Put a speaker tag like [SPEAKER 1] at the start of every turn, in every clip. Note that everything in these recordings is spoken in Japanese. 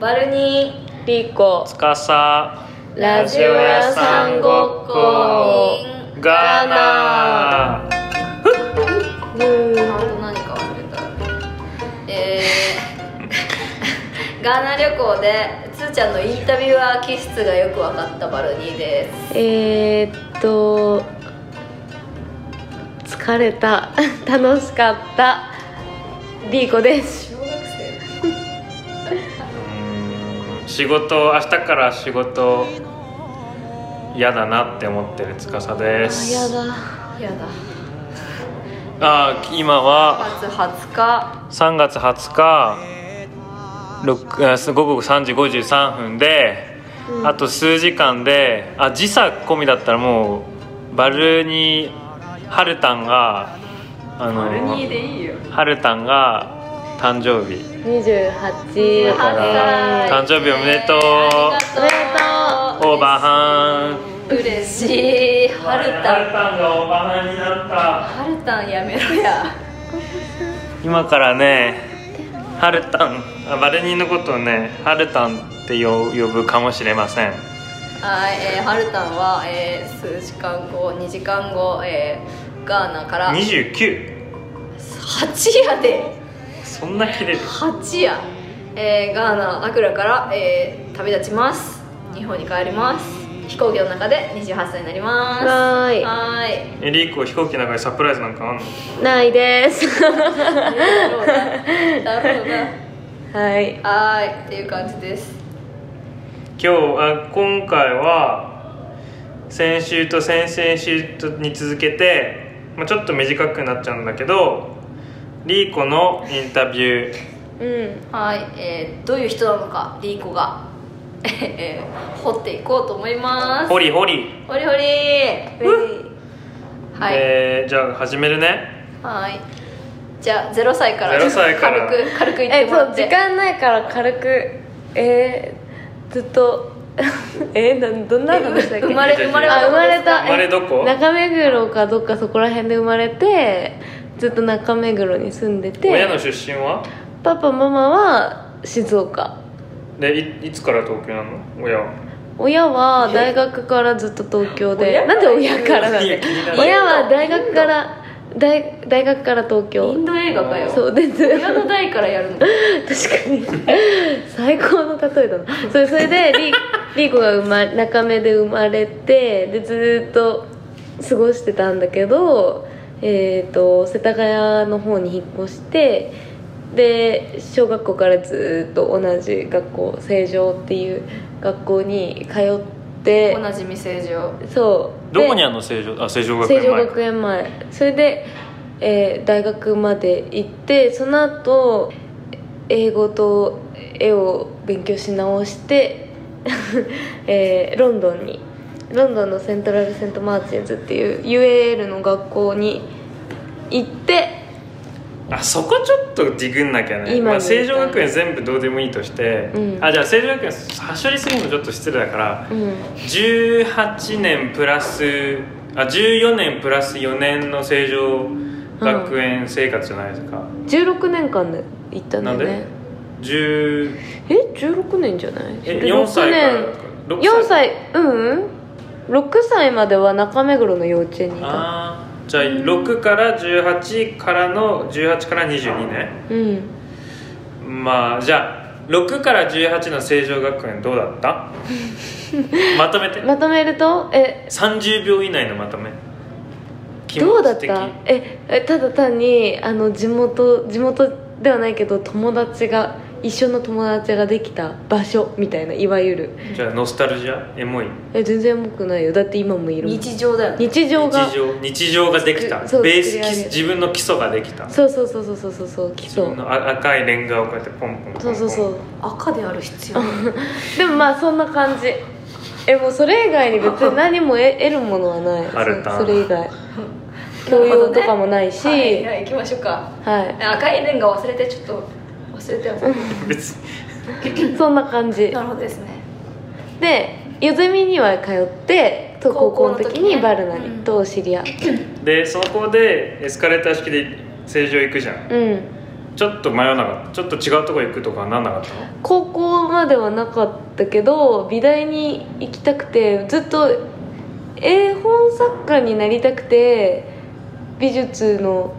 [SPEAKER 1] バルニ
[SPEAKER 2] リコ
[SPEAKER 3] つかさ
[SPEAKER 1] ーラジオ屋さんごっこ
[SPEAKER 3] ガー
[SPEAKER 1] あ
[SPEAKER 3] ナー
[SPEAKER 1] と何か忘れたえー ガーナ旅行でつーちゃんのインタビュアー気質がよく分かったバルニーです
[SPEAKER 2] えー、っと疲れた 楽しかったリコです
[SPEAKER 1] 小学生
[SPEAKER 3] うーん仕事明日から仕事嫌だなって思ってるつかさです
[SPEAKER 2] あや
[SPEAKER 1] やだ
[SPEAKER 3] あー今は
[SPEAKER 1] 5月20日
[SPEAKER 3] 3月20日六あす午後3時53分で、
[SPEAKER 2] うん
[SPEAKER 3] あと数時間であ時差込みだったらもうバルニーハルタンがあの
[SPEAKER 1] バルニーでいいよ
[SPEAKER 3] ハルタンが誕生日
[SPEAKER 2] だ28で
[SPEAKER 3] だから誕生日おめでとう
[SPEAKER 1] おめで
[SPEAKER 3] オーバーハン
[SPEAKER 1] とう嬉しいはるたん
[SPEAKER 3] タンがオーバーハンになった
[SPEAKER 1] はるたんやめろや
[SPEAKER 3] 今からねハルタンあバルニーのことをねハルタンって呼呼ぶかもしれません
[SPEAKER 1] はい、えー、はるたんは、えー、数時間後2時間後、えー、ガーナから
[SPEAKER 3] 29
[SPEAKER 1] 8やで
[SPEAKER 3] そんな切れる
[SPEAKER 1] 8や、えー、ガーナアクラから、えー、旅立ちます日本に帰ります飛行機の中で28歳になります
[SPEAKER 2] はーい
[SPEAKER 1] はーい
[SPEAKER 3] えリーコ飛行機の中でサプライズなんかあんの
[SPEAKER 2] ないです
[SPEAKER 1] なるほどななるほど
[SPEAKER 2] はい
[SPEAKER 1] なはーいっていう感じです
[SPEAKER 3] 今日あ今回は先週と先々週とに続けて、まあ、ちょっと短くなっちゃうんだけどリーコのインタビュー
[SPEAKER 2] うん
[SPEAKER 1] はい、えー、どういう人なのかリーコが、えー、掘っていこうと思います
[SPEAKER 3] ホリホリ、
[SPEAKER 1] ほりほりはい、
[SPEAKER 3] えーじゃあ始めるね
[SPEAKER 1] はいじゃあ0歳から
[SPEAKER 3] 0歳から
[SPEAKER 1] 軽く軽く言って
[SPEAKER 2] え
[SPEAKER 1] もら
[SPEAKER 2] そう
[SPEAKER 1] って
[SPEAKER 2] 時間ないから軽くえー、ずっと えー、なんどんな話だっけ
[SPEAKER 1] 生まれ生まれは
[SPEAKER 2] あ生まれ
[SPEAKER 1] どこですか
[SPEAKER 2] た
[SPEAKER 3] 生まれどこ
[SPEAKER 2] え中目黒かどっかそこら辺で生まれてずっと中目黒に住んで
[SPEAKER 3] 親の
[SPEAKER 2] て
[SPEAKER 3] 出身は
[SPEAKER 2] パパママは静岡
[SPEAKER 3] でいいつから東京なの親は
[SPEAKER 2] 親は大学からずっと東京で
[SPEAKER 1] 親
[SPEAKER 2] なんで親からなんで
[SPEAKER 3] 気になる
[SPEAKER 2] 親は大学から大大学から東
[SPEAKER 1] イン
[SPEAKER 2] 京
[SPEAKER 1] ド映画かよ
[SPEAKER 2] そうです
[SPEAKER 1] 親の代からやる の
[SPEAKER 2] 確かに最高の例えだなそれそれで リリーコが生ま中目で生まれてでずーっと過ごしてたんだけどえっ、と世田谷の方に引っ越してで小学校からずーっと同じ学校成城っていう学校に通って
[SPEAKER 1] おなじみ正常
[SPEAKER 2] そう
[SPEAKER 3] どこに
[SPEAKER 2] で
[SPEAKER 3] あるの成城あ成城学
[SPEAKER 2] 成
[SPEAKER 3] 園
[SPEAKER 2] 城
[SPEAKER 3] 前
[SPEAKER 2] 学園前それで、えー大学まで行ってその後英語と絵を勉強し直して、 えーロンドンにロンドンのセントラル・セント・マーチンズっていう UAL の学校に行って
[SPEAKER 3] あそこちょっとディグんなきゃね、
[SPEAKER 2] 今
[SPEAKER 3] まあ、
[SPEAKER 2] 言
[SPEAKER 3] 成
[SPEAKER 2] うと
[SPEAKER 3] 城学園全部どうでもいいとして、
[SPEAKER 2] うん
[SPEAKER 3] あじゃあ成城学園はしょりすぎるのちょっと失礼だから
[SPEAKER 2] うん
[SPEAKER 3] 18年プラスあ14年プラス4年の成城学園生活じゃないですか、
[SPEAKER 2] 16年間で行ったんだ
[SPEAKER 3] なん
[SPEAKER 2] よ
[SPEAKER 3] で、
[SPEAKER 2] ね
[SPEAKER 3] 10
[SPEAKER 2] え16年じゃない
[SPEAKER 3] え
[SPEAKER 2] 16
[SPEAKER 3] 4歳から
[SPEAKER 2] 年
[SPEAKER 3] 6
[SPEAKER 2] 4歳うん、6歳までは中目黒の幼稚園にいた
[SPEAKER 3] ああじゃあ6から18からの18から22ね
[SPEAKER 2] うん
[SPEAKER 3] まあじゃあ6から18の成城学園どうだった まとめて
[SPEAKER 2] まとめるとえ
[SPEAKER 3] 30秒以内のまとめ
[SPEAKER 2] どうだっ
[SPEAKER 3] 気持
[SPEAKER 2] たええただ単にあの地元地元ではないけど友達が一緒の友達ができた場所みたいないわゆる
[SPEAKER 3] ち的じゃあノスタルジアエモい
[SPEAKER 2] え全然重くないよだって今もいるもん
[SPEAKER 1] 日常だよね
[SPEAKER 2] 日常が
[SPEAKER 3] 日常日常ができた
[SPEAKER 2] そう
[SPEAKER 3] ベース
[SPEAKER 2] 作り上げる
[SPEAKER 3] 自分の基礎ができた
[SPEAKER 2] そうそうそうそうそうそうそう基
[SPEAKER 3] 自
[SPEAKER 2] 礎
[SPEAKER 3] 分のあ赤いレンガをこうやってポンポンポンポン
[SPEAKER 2] そうそうそうう
[SPEAKER 1] 赤である必要
[SPEAKER 2] でもまあそんな感じえもうそれ以外に別 に何も得得るものはない
[SPEAKER 3] ある な
[SPEAKER 2] そそれ以外教養とかもないし、
[SPEAKER 1] はい、はい、行きましょうか
[SPEAKER 2] はい
[SPEAKER 1] 赤いレンガ忘れてちょっと忘れて忘れて
[SPEAKER 3] 別に
[SPEAKER 2] そんな感じ
[SPEAKER 1] なるほどですね
[SPEAKER 2] でゆずみには通ってと
[SPEAKER 1] 高
[SPEAKER 2] 高
[SPEAKER 1] 校
[SPEAKER 2] 校
[SPEAKER 1] の
[SPEAKER 2] の
[SPEAKER 1] 時
[SPEAKER 2] 時
[SPEAKER 1] ね
[SPEAKER 2] にバルナリと知り合って
[SPEAKER 3] でそこでエスカレーター式で成城行くじゃん
[SPEAKER 2] うん、
[SPEAKER 3] ちょっと迷わなかったちょっと違うとこ行くとかはなんなかったの
[SPEAKER 2] 高校まではなかったけど美大に行きたくてずっと絵本作家になりたくて美術の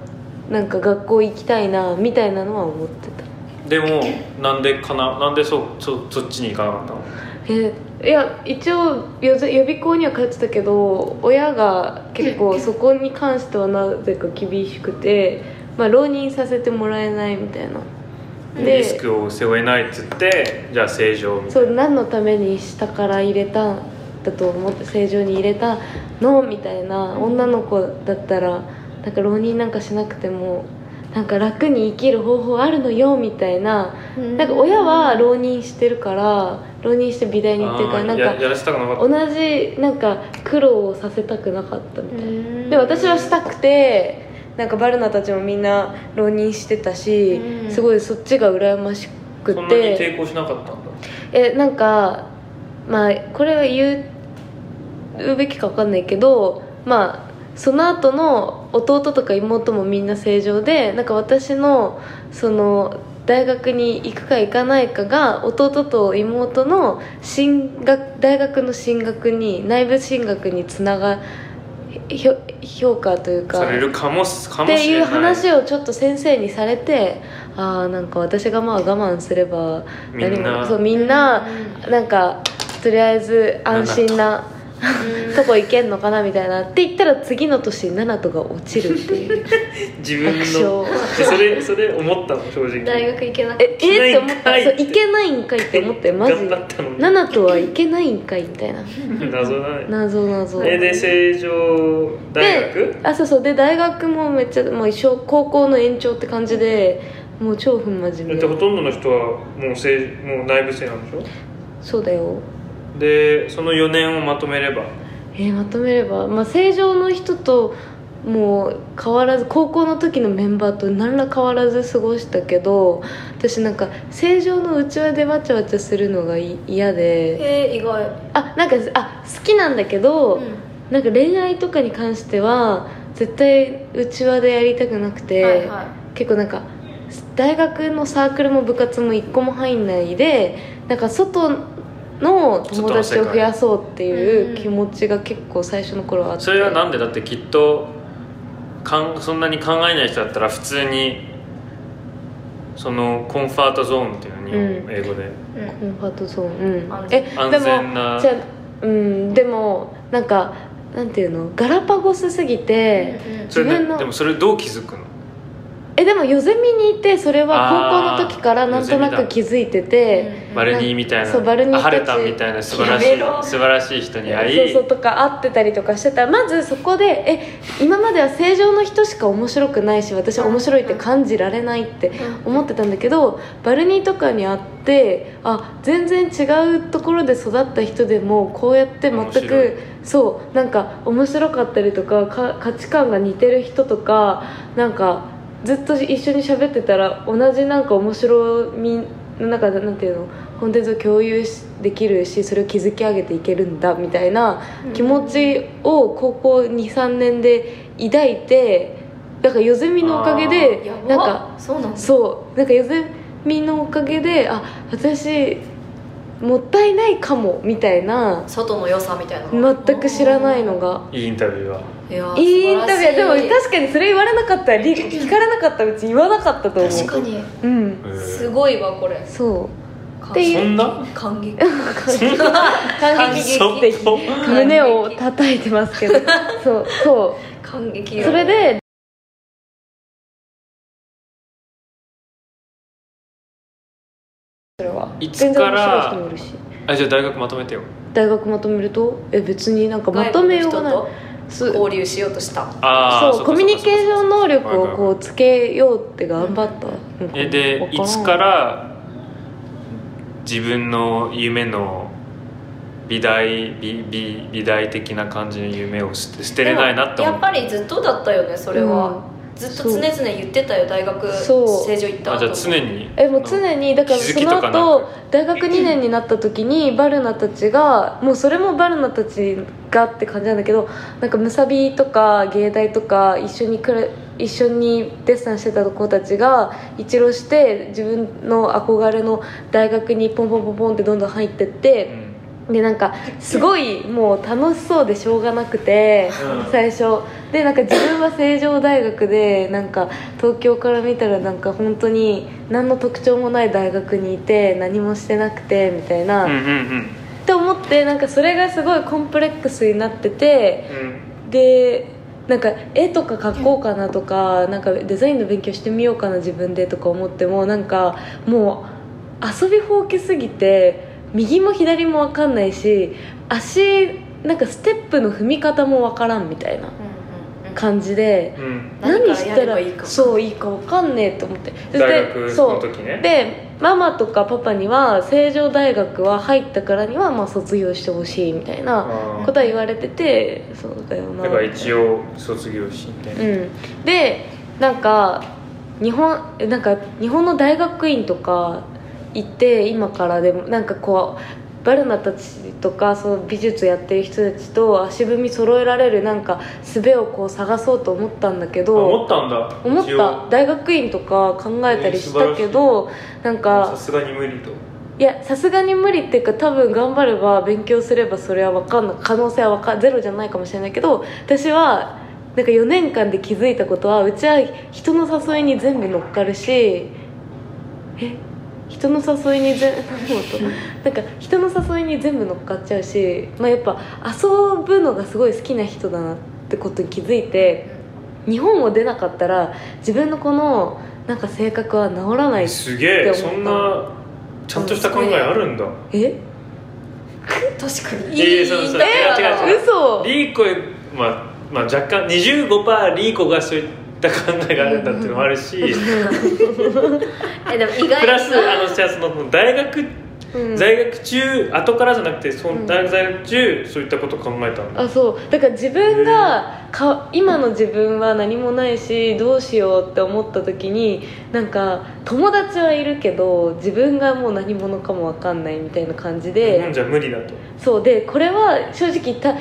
[SPEAKER 2] なんか学校行きたいなみたいなのは思ってた
[SPEAKER 3] でもなんでかななんでそうそそっちに行かなかったの
[SPEAKER 2] えいや一応予ず予備校には通ってたけど親が結構そこに関してはなぜか厳しくて、まあ、浪人させてもらえないみたいな
[SPEAKER 3] リスクを背負えないっつってじゃあ正常みた
[SPEAKER 2] そ
[SPEAKER 3] いう
[SPEAKER 2] 何のために下から入れたんだと思って正常に入れたのみたいな女の子だったらなんか浪人なんかしなくてもなんか楽に生きる方法あるのよみたいななんか親は浪人してるから浪人して美大に
[SPEAKER 3] な
[SPEAKER 2] 行ってるから
[SPEAKER 3] あ
[SPEAKER 2] な
[SPEAKER 3] ー
[SPEAKER 2] ん
[SPEAKER 3] や
[SPEAKER 2] か
[SPEAKER 3] やらせたくなかった
[SPEAKER 2] 同じなんか苦労をさせたくなかったみたいな。で
[SPEAKER 1] で
[SPEAKER 2] 私はしたくてなんかバルナたちもみんな浪人してたし、
[SPEAKER 1] うん
[SPEAKER 2] すごいそっちが羨ましく
[SPEAKER 3] そんなに
[SPEAKER 2] て
[SPEAKER 3] 抵抗しなかったんだ
[SPEAKER 2] えなんかまあこれは言うべきか分かんないけどまあその後の弟とか妹もみんな正常でなんか私のその大学に行くか行かないかが弟と妹の進学大学の進学に内部進学につながひょ評価というか
[SPEAKER 3] されるかもすか
[SPEAKER 2] っ
[SPEAKER 3] もして
[SPEAKER 2] い
[SPEAKER 3] れ
[SPEAKER 2] う
[SPEAKER 3] ない
[SPEAKER 2] 話をちょっと先生にされてああんか私がまあ我慢すれば
[SPEAKER 3] みんな
[SPEAKER 2] そうみんななんかとりあえず安心なとこ行けんのかなみたいなって言ったら次の年ナナトが落ちるっていう
[SPEAKER 3] 自
[SPEAKER 2] 爆
[SPEAKER 3] 分の
[SPEAKER 2] 笑
[SPEAKER 3] でそれそれ思ったの正直
[SPEAKER 1] 大学行けなく
[SPEAKER 2] え
[SPEAKER 1] て
[SPEAKER 2] えって思ったそう
[SPEAKER 3] 行
[SPEAKER 2] 行
[SPEAKER 3] け
[SPEAKER 2] けないんかいって思ってマジ
[SPEAKER 3] 頑張ったのに
[SPEAKER 2] ナナトは行けないんかいみたいな
[SPEAKER 3] 謎だね
[SPEAKER 2] 謎謎
[SPEAKER 3] えで成城大学
[SPEAKER 2] であそうそうで大学もめっちゃもう一生高校の延長って感じでもう超不真
[SPEAKER 3] だ
[SPEAKER 2] 面
[SPEAKER 3] って
[SPEAKER 2] 目
[SPEAKER 3] ほとんどの人はもう成もう内部生なんでしょ
[SPEAKER 2] そうだよ
[SPEAKER 3] でその4年をまとめれば
[SPEAKER 2] えーまとめれば、まあ、正常の人ともう変わらず高校の時のメンバーと何ら変わらず過ごしたけど私なんか正常のうちわでわちゃわちゃするのがい嫌で
[SPEAKER 1] えー意外
[SPEAKER 2] あなんかあ好きなんだけど、なんか恋愛とかに関しては絶対うちわでやりたくなくて、
[SPEAKER 1] はいはい
[SPEAKER 2] 結構なんか大学のサークルも部活も一個も入んないでなんか外の友達を増やそうっていう気持ちが結構最初の頃はあって
[SPEAKER 3] それはなんでだってきっとかんそんなに考えない人だったら普通にそのコンファートゾーンっていうの日
[SPEAKER 2] う
[SPEAKER 3] 本
[SPEAKER 2] ん
[SPEAKER 3] 英語で、
[SPEAKER 1] うん
[SPEAKER 2] コンファートゾーン、うん、
[SPEAKER 1] 安全
[SPEAKER 2] えでも
[SPEAKER 3] 安全な
[SPEAKER 2] じゃあうんでもなんかなんていうのガラパゴスすぎて、
[SPEAKER 1] うんうん
[SPEAKER 3] それ
[SPEAKER 2] 自分
[SPEAKER 3] な
[SPEAKER 2] の
[SPEAKER 3] でもそれどう気づくの
[SPEAKER 2] えでもヨゼミにいてそれは
[SPEAKER 3] あー
[SPEAKER 2] 高校の時からなんとな
[SPEAKER 3] ヨ
[SPEAKER 2] く
[SPEAKER 3] ゼミだ
[SPEAKER 2] 気づいてて
[SPEAKER 1] うん
[SPEAKER 3] バルニーみたいな
[SPEAKER 2] そうバルニー
[SPEAKER 3] あハルタ
[SPEAKER 2] た
[SPEAKER 3] ン
[SPEAKER 2] ち
[SPEAKER 3] みたいな素晴らしい
[SPEAKER 1] やめろ
[SPEAKER 3] 素晴らしい人に会い
[SPEAKER 2] そうそうとか会ってたりとかしてたらまずそこでえ今までは正常の人しか面白くないし私は面白いって感じられないって思ってたんだけどバルニーとかに会ってあ全然違うところで育った人でもこうやって全
[SPEAKER 3] 面白い
[SPEAKER 2] くそうなんか面白かったりとかか価値観が似てる人とかなんかずっと一緒に喋ってたら同じなんか面白みの中でなんていうのコンテンツを共有しできるしそれを築き上げていけるんだみたいな気持ちを高校23年で抱いてだからヨゼミのおかげで
[SPEAKER 1] やば
[SPEAKER 2] なんか
[SPEAKER 1] そうなんだ
[SPEAKER 2] そうなんかゆずみのおかげであ私もったいないかもみたいな
[SPEAKER 1] 外の良さみたいなの
[SPEAKER 2] 全く知らないのが
[SPEAKER 3] いいインタビューはい
[SPEAKER 1] やー
[SPEAKER 2] いいインタビューでも
[SPEAKER 1] 素晴らし
[SPEAKER 2] 確かにそれ言われなか ったらり聞かれなかったらうち言わなかったと思う
[SPEAKER 1] い確かに
[SPEAKER 2] うん
[SPEAKER 3] へー
[SPEAKER 1] すごいわこれ
[SPEAKER 2] そ
[SPEAKER 1] 感
[SPEAKER 2] てい
[SPEAKER 1] 激
[SPEAKER 2] う
[SPEAKER 3] そんな
[SPEAKER 1] 感激
[SPEAKER 2] う感激
[SPEAKER 3] そ
[SPEAKER 2] 的
[SPEAKER 3] こ
[SPEAKER 2] 胸を叩いてま すけどそうそ
[SPEAKER 1] 感激
[SPEAKER 2] う
[SPEAKER 1] よ
[SPEAKER 2] それでそれはい
[SPEAKER 3] つ
[SPEAKER 2] 全然
[SPEAKER 3] か
[SPEAKER 2] 面白い人も
[SPEAKER 3] ら
[SPEAKER 2] いるし
[SPEAKER 3] あじゃあ大学まとめてよ
[SPEAKER 2] 大学まとめるとえ別になんかまとめようがない
[SPEAKER 1] 外部の
[SPEAKER 2] そ
[SPEAKER 1] 人
[SPEAKER 2] う
[SPEAKER 1] と交流しようとした
[SPEAKER 3] ああ
[SPEAKER 2] そうコミュニケーション能力
[SPEAKER 3] はいはい
[SPEAKER 2] を
[SPEAKER 3] はい
[SPEAKER 2] こうつけようって頑張ったのかな
[SPEAKER 3] えでい
[SPEAKER 2] わ
[SPEAKER 3] つ
[SPEAKER 2] ん
[SPEAKER 3] から自分の夢の美大美美美大的な感じの夢を捨て捨てれないなって
[SPEAKER 1] でも
[SPEAKER 3] 思
[SPEAKER 1] やっ
[SPEAKER 3] った
[SPEAKER 1] ぱりずっとだったよねそれは、ずっと常々言ってたよ大学
[SPEAKER 2] そう
[SPEAKER 1] 成城行った
[SPEAKER 4] あじゃあ
[SPEAKER 1] と
[SPEAKER 4] 常に
[SPEAKER 2] えもう常にだから
[SPEAKER 4] 気づ
[SPEAKER 2] そ
[SPEAKER 4] きと
[SPEAKER 2] の
[SPEAKER 4] かなんか
[SPEAKER 2] 後大学2年になった時にバルナたちがもうそれもバルナたちがって感じなんだけどなんかムサビとか芸大とか一緒にくら一緒にデッサンしてた子たちが一浪して自分の憧れの大学にポンポンポンポンってどんどん入ってって。でなんかすごいもう楽しそうでしょうがなくて、
[SPEAKER 3] うん
[SPEAKER 2] 最初でなんか自分は成城大学でなんか東京から見たらなんか本当に何の特徴もない大学にいて何もしてなくてみたいな、
[SPEAKER 3] うんう
[SPEAKER 2] っ
[SPEAKER 3] んうん
[SPEAKER 2] て思ってなんかそれがすごいコンプレックスになってて
[SPEAKER 3] うん
[SPEAKER 2] でなんか絵とか描こうかなとかなんかデザインの勉強してみようかな自分でとか思ってもなんかもう遊びほうけすぎて右も左も分かんないし足なんかステップの踏み方も分からんみたいな
[SPEAKER 1] うんうんうん
[SPEAKER 2] 感じで
[SPEAKER 3] うん
[SPEAKER 1] 何
[SPEAKER 2] 何
[SPEAKER 1] か
[SPEAKER 2] し
[SPEAKER 1] ら
[SPEAKER 2] た
[SPEAKER 1] やれ
[SPEAKER 2] ら
[SPEAKER 1] ばいいか
[SPEAKER 2] そういいか分かんねえと思ってで
[SPEAKER 3] 大学
[SPEAKER 2] そ
[SPEAKER 3] の
[SPEAKER 2] う
[SPEAKER 3] 時ね
[SPEAKER 2] でママとかパパには成城大学は入ったからにはまあ卒業してほしいみたいな
[SPEAKER 3] あ
[SPEAKER 2] こ
[SPEAKER 3] ー
[SPEAKER 2] とは言われててそうだよな
[SPEAKER 3] だから一応卒業しみたいな
[SPEAKER 2] うん、でなんか日本えなんか日本の大学院とか行って今からでもなんかこうバルナたちとかその美術やってる人たちと足踏み揃えられるなんか術をこう探そうと思ったんだけ
[SPEAKER 3] あ
[SPEAKER 2] ど
[SPEAKER 3] 思ったんだ
[SPEAKER 2] 思っ
[SPEAKER 3] 一応
[SPEAKER 2] た大学院とか考えたりしたけど、なん
[SPEAKER 3] さ
[SPEAKER 2] か
[SPEAKER 3] すがに無理と
[SPEAKER 2] いやさすがに無理っていうか多分頑張れば勉強すればそれは分かんない可能性はわかゼロじゃないかもしれないけど私はなんか4年間で気づいたことはうちは人の誘いに全部乗っかるしえ人の誘いに全 なんか人の誘いに全部乗っかっちゃうし、まあ、やっぱ遊ぶのがすごい好きな人だなってことに気づいて日本を出なかったら自分のこのなんか性格は治らない
[SPEAKER 3] すげえ
[SPEAKER 2] って
[SPEAKER 3] そ
[SPEAKER 2] 思
[SPEAKER 3] ん
[SPEAKER 2] った
[SPEAKER 3] なちゃんとした考えあるんだ
[SPEAKER 2] え
[SPEAKER 1] 確かに
[SPEAKER 3] いやいやそうそう
[SPEAKER 1] 言いたい
[SPEAKER 3] 違う違う違う
[SPEAKER 2] 嘘
[SPEAKER 3] リーコまあまあ若干25%リーコがそういった考えがあるんだっていうのもあるし
[SPEAKER 1] えでも意外
[SPEAKER 3] プ
[SPEAKER 1] に
[SPEAKER 3] ラスあのじゃあその大学
[SPEAKER 2] うん
[SPEAKER 3] 在学中後からじゃなくてそ
[SPEAKER 2] うん
[SPEAKER 3] の大学在学中そういったことを考えたんだ
[SPEAKER 2] あそうだから自分がか今の自分は何もないしどうしようって思った時になんか友達はいるけど自分がもう何者かも分かんないみたいな感じ
[SPEAKER 3] 日
[SPEAKER 2] で、
[SPEAKER 3] 本じゃ無理だと
[SPEAKER 2] そうでこれは正直た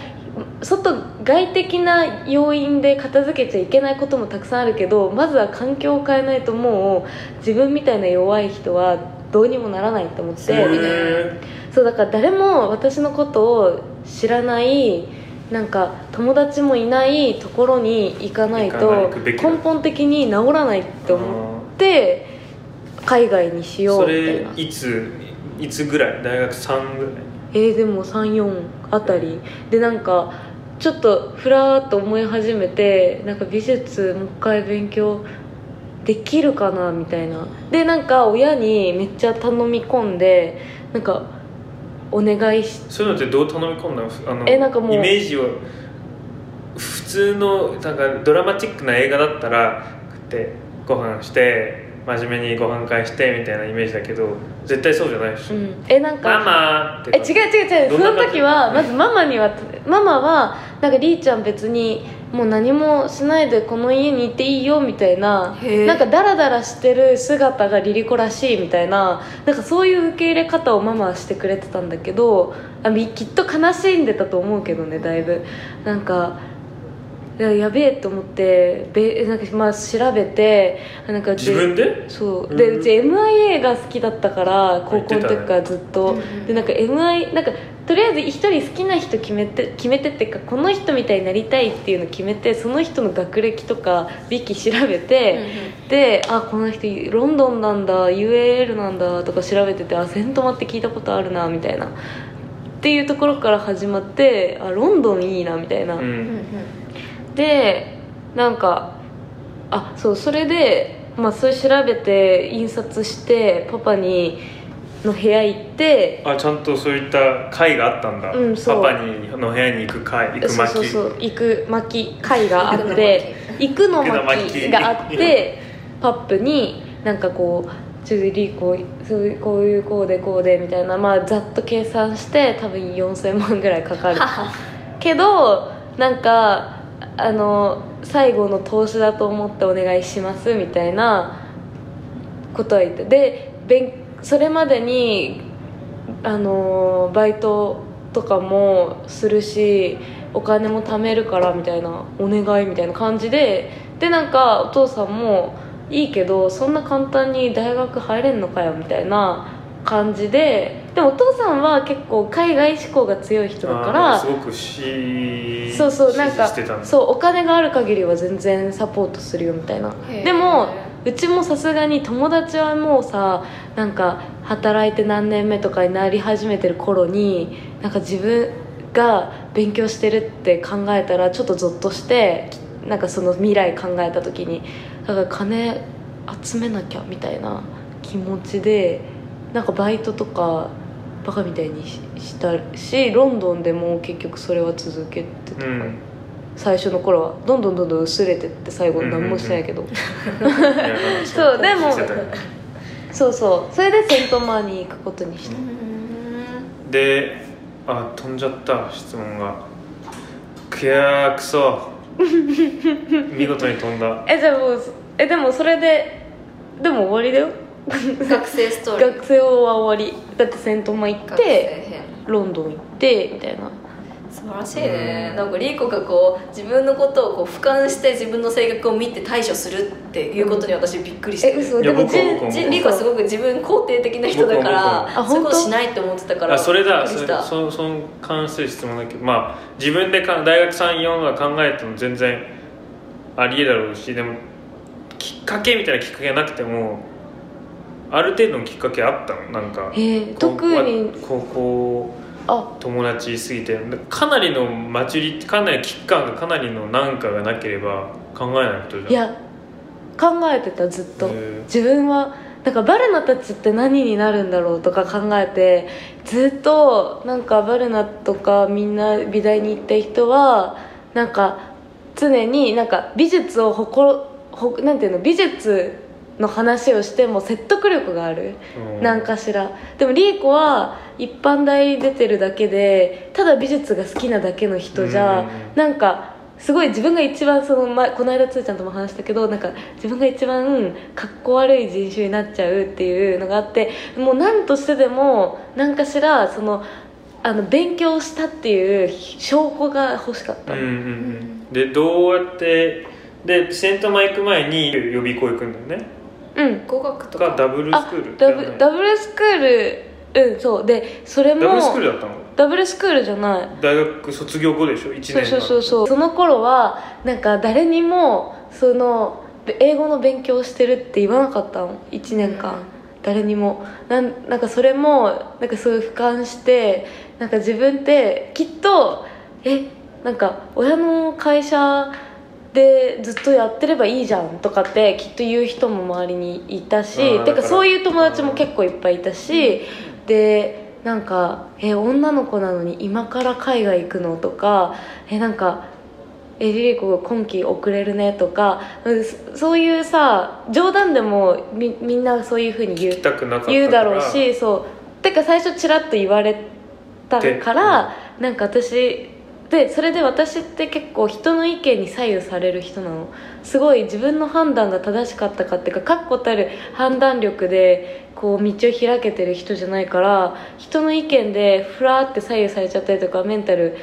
[SPEAKER 2] 外外的な要因で片付けちゃいけないこともたくさんあるけどまずは環境を変えないともう自分みたいな弱い人はどうにもならないと思って
[SPEAKER 3] へ
[SPEAKER 2] そうだから誰も私のことを知らないなんか友達もいないところに行かない
[SPEAKER 3] 行かな
[SPEAKER 2] と
[SPEAKER 3] い行くべきだ
[SPEAKER 2] 根本的に治らないって思って海外にし
[SPEAKER 3] ー
[SPEAKER 2] よう
[SPEAKER 3] そ
[SPEAKER 2] みたい
[SPEAKER 3] れ
[SPEAKER 2] ない
[SPEAKER 3] ついつぐらい大学3ぐらい
[SPEAKER 2] えーでも34あたりでなんかちょっとふらーっと思い始めてなんか美術もう一回勉強できるかなみたいなでなんか親にめっちゃ頼み込んでなんかお願いし
[SPEAKER 3] そういうのってどう頼み込んだのふあの
[SPEAKER 2] えなんかもう
[SPEAKER 3] イメージを普通のなんかドラマチックな映画だったらこうやってご飯して真面目にご飯会してみたいなイメージだけど絶対そうじゃないでし
[SPEAKER 2] う
[SPEAKER 3] ょ、
[SPEAKER 2] ん、えなんか
[SPEAKER 3] ママって
[SPEAKER 2] え違う違う違う
[SPEAKER 3] ど
[SPEAKER 2] そ
[SPEAKER 3] んな
[SPEAKER 2] の
[SPEAKER 3] 感じ
[SPEAKER 2] 時はまずママにはママはなんかりーちゃん別にもう何もしないでこの家にいていいよみたいな
[SPEAKER 1] へえ
[SPEAKER 2] なんかダラダラしてる姿がリリコらしいみたいななんかそういう受け入れ方をママはしてくれてたんだけどあみきっと悲しんでたと思うけどねだいぶなんかいややべえと思ってべなんかまあ調べてなんか
[SPEAKER 3] 自分で
[SPEAKER 2] そうで
[SPEAKER 3] うん
[SPEAKER 2] うち MIA が好きだったから高校の時からずっと、
[SPEAKER 1] 言ってたね
[SPEAKER 2] でなんか MI なんかとりあえず一人好きな人決めて決めてっていうかこの人みたいになりたいっていうの決めてその人の学歴とかウィキ調べて、であこの人ロンドンなんだ UAL なんだとか調べててあセントマって聞いたことあるなみたいなっていうところから始まってあロンドンいいなみたいな、
[SPEAKER 3] う
[SPEAKER 1] うんうん
[SPEAKER 3] ん
[SPEAKER 2] でなんかあそうそれで、まあ、それ調べて印刷してパパにの部屋行って
[SPEAKER 3] あちゃんとそういった会があったんだ、
[SPEAKER 2] うんそう
[SPEAKER 3] パパにの部屋に行く会行く
[SPEAKER 2] そう
[SPEAKER 3] 巻
[SPEAKER 2] そうそうう行く巻き会が あって行くの巻があってパップになんかこうちょっとリーこうそういうこういうこうでこうでみたいな、まあ、ざっと計算して多分4000万ぐらいかかるけどなんかあの最後の投資だと思ってお願いしますみたいなことは言ってで勉それまでにあのバイトとかもするしお金も貯めるからみたいなお願いみたいな感じででなんかお父さんもいいけどそんな簡単に大学入れんのかよみたいな感じででもお父さんは結構海外志向が強い人だから
[SPEAKER 3] あーすごくし
[SPEAKER 2] そうそうなんか
[SPEAKER 3] 支持してたんだ
[SPEAKER 2] そうお金がある限りは全然サポートするよみたいな
[SPEAKER 1] へー
[SPEAKER 2] でもうちもさすがに友達はもうさなんか働いて何年目とかになり始めてる頃になんか自分が勉強してるって考えたらちょっとゾッとしてなんかその未来考えた時にだから金集めなきゃみたいな気持ちでなんかバイトとかバカみたいにししたしロンドンでも結局それは続けてた
[SPEAKER 3] う
[SPEAKER 2] から、
[SPEAKER 3] ん
[SPEAKER 2] 最初の頃はどんどんどんどん薄れてって最後何もしてないけど、
[SPEAKER 3] いやなんか
[SPEAKER 2] そうでも
[SPEAKER 3] 支持してたよ
[SPEAKER 2] そうそうそれでセントマーに行くことにした、
[SPEAKER 3] であ飛んじゃった質問がくやー くそ見事に飛んだ
[SPEAKER 2] えじゃあもうえでもそれででも終わりだよ
[SPEAKER 1] 学生ストーリー
[SPEAKER 2] 学生は終わりだってセントマー行っ
[SPEAKER 1] 学生
[SPEAKER 2] て
[SPEAKER 1] 編
[SPEAKER 2] ロンドン行ってみたいな
[SPEAKER 1] 素晴らしいね、なんかリーコがこう自分のことをこう俯瞰して自分の性格を見て対処するっていうことに私びっくりしてる、
[SPEAKER 2] え嘘
[SPEAKER 3] いや
[SPEAKER 2] でも
[SPEAKER 3] 僕は
[SPEAKER 2] じ
[SPEAKER 3] 僕は
[SPEAKER 1] じリーコはすごく自分肯定的な人だか
[SPEAKER 3] 僕
[SPEAKER 1] ら
[SPEAKER 2] は僕はあ
[SPEAKER 1] そういうこ
[SPEAKER 2] 本
[SPEAKER 1] と
[SPEAKER 2] 当
[SPEAKER 1] しないって思ってたから
[SPEAKER 3] あそれ
[SPEAKER 1] びっ
[SPEAKER 3] だ
[SPEAKER 1] く
[SPEAKER 3] そ
[SPEAKER 1] りし
[SPEAKER 3] れ
[SPEAKER 1] た
[SPEAKER 3] そその関する質問だけどまあ自分でか大学34が考えても全然ありえだろうしでもきっかけみたいなきっかけがなくてもある程度のきっかけあったのなんか
[SPEAKER 2] えー特に
[SPEAKER 3] 高校
[SPEAKER 2] あ
[SPEAKER 3] 友達すぎてかなりのマチュリティかなり期間がかなりの何かがなければ考えないことじ
[SPEAKER 2] い
[SPEAKER 3] ゃん
[SPEAKER 2] や考えてたずっと
[SPEAKER 3] へー
[SPEAKER 2] 自分はだからバルナたちって何になるんだろうとか考えてずっとなんかバルナとかみんな美大に行った人はなんか常になんか美術を誇ろほなんていうの美術の話をしても説得力がある
[SPEAKER 3] う
[SPEAKER 2] なんかしらでもリーコは一般大出てるだけでただ美術が好きなだけの人じ
[SPEAKER 3] う
[SPEAKER 2] ゃ
[SPEAKER 3] ん
[SPEAKER 2] なんかすごい自分が一番その、ま、この間つーちゃんとも話したけどなんか自分が一番かっこ悪い人種になっちゃうっていうのがあってもう何としてでも何かしらそのあの勉強したっていう証拠が欲しかった、
[SPEAKER 3] うんうんうんでどうやってでセントマイク前に予備校行くんだよね
[SPEAKER 2] うん
[SPEAKER 1] 語学と
[SPEAKER 3] と
[SPEAKER 1] か
[SPEAKER 3] かダブルスクール
[SPEAKER 2] ダブダブルスクールうんそうでそれも
[SPEAKER 3] ダブルスクールだったの
[SPEAKER 2] ダブルスクールじゃない
[SPEAKER 3] 大学卒業後でしょ1年
[SPEAKER 2] そう
[SPEAKER 3] 間
[SPEAKER 2] そうそうそうその頃はなんか誰にもそのべ英語の勉強してるって言わなかったの1年間、
[SPEAKER 1] うん
[SPEAKER 2] 誰にもなんなんかそれもなんかすごい俯瞰してなんか自分ってきっとえなんか親の会社でずっとやってればいいじゃんとかってきっと言う人も周りにいたし
[SPEAKER 3] うん
[SPEAKER 2] てかそういう友達も結構いっぱいいたし、でなんか「え女の子なのに今から海外行くの?」とか「えなんかえリリコが今期遅れるね」とかうんそそういうさ冗談でもみみんなそういうふうに言う
[SPEAKER 3] 行きたくなかったから
[SPEAKER 2] 言うだろうしそうてか最初ちらっと言われたから、なんか私でそれで私って結構人の意見に左右される人なのすごい自分の判断が正しかったかっていうか確固たる判断力でこう道を開けてる人じゃないから人の意見でふらーって左右されちゃったりとかメンタル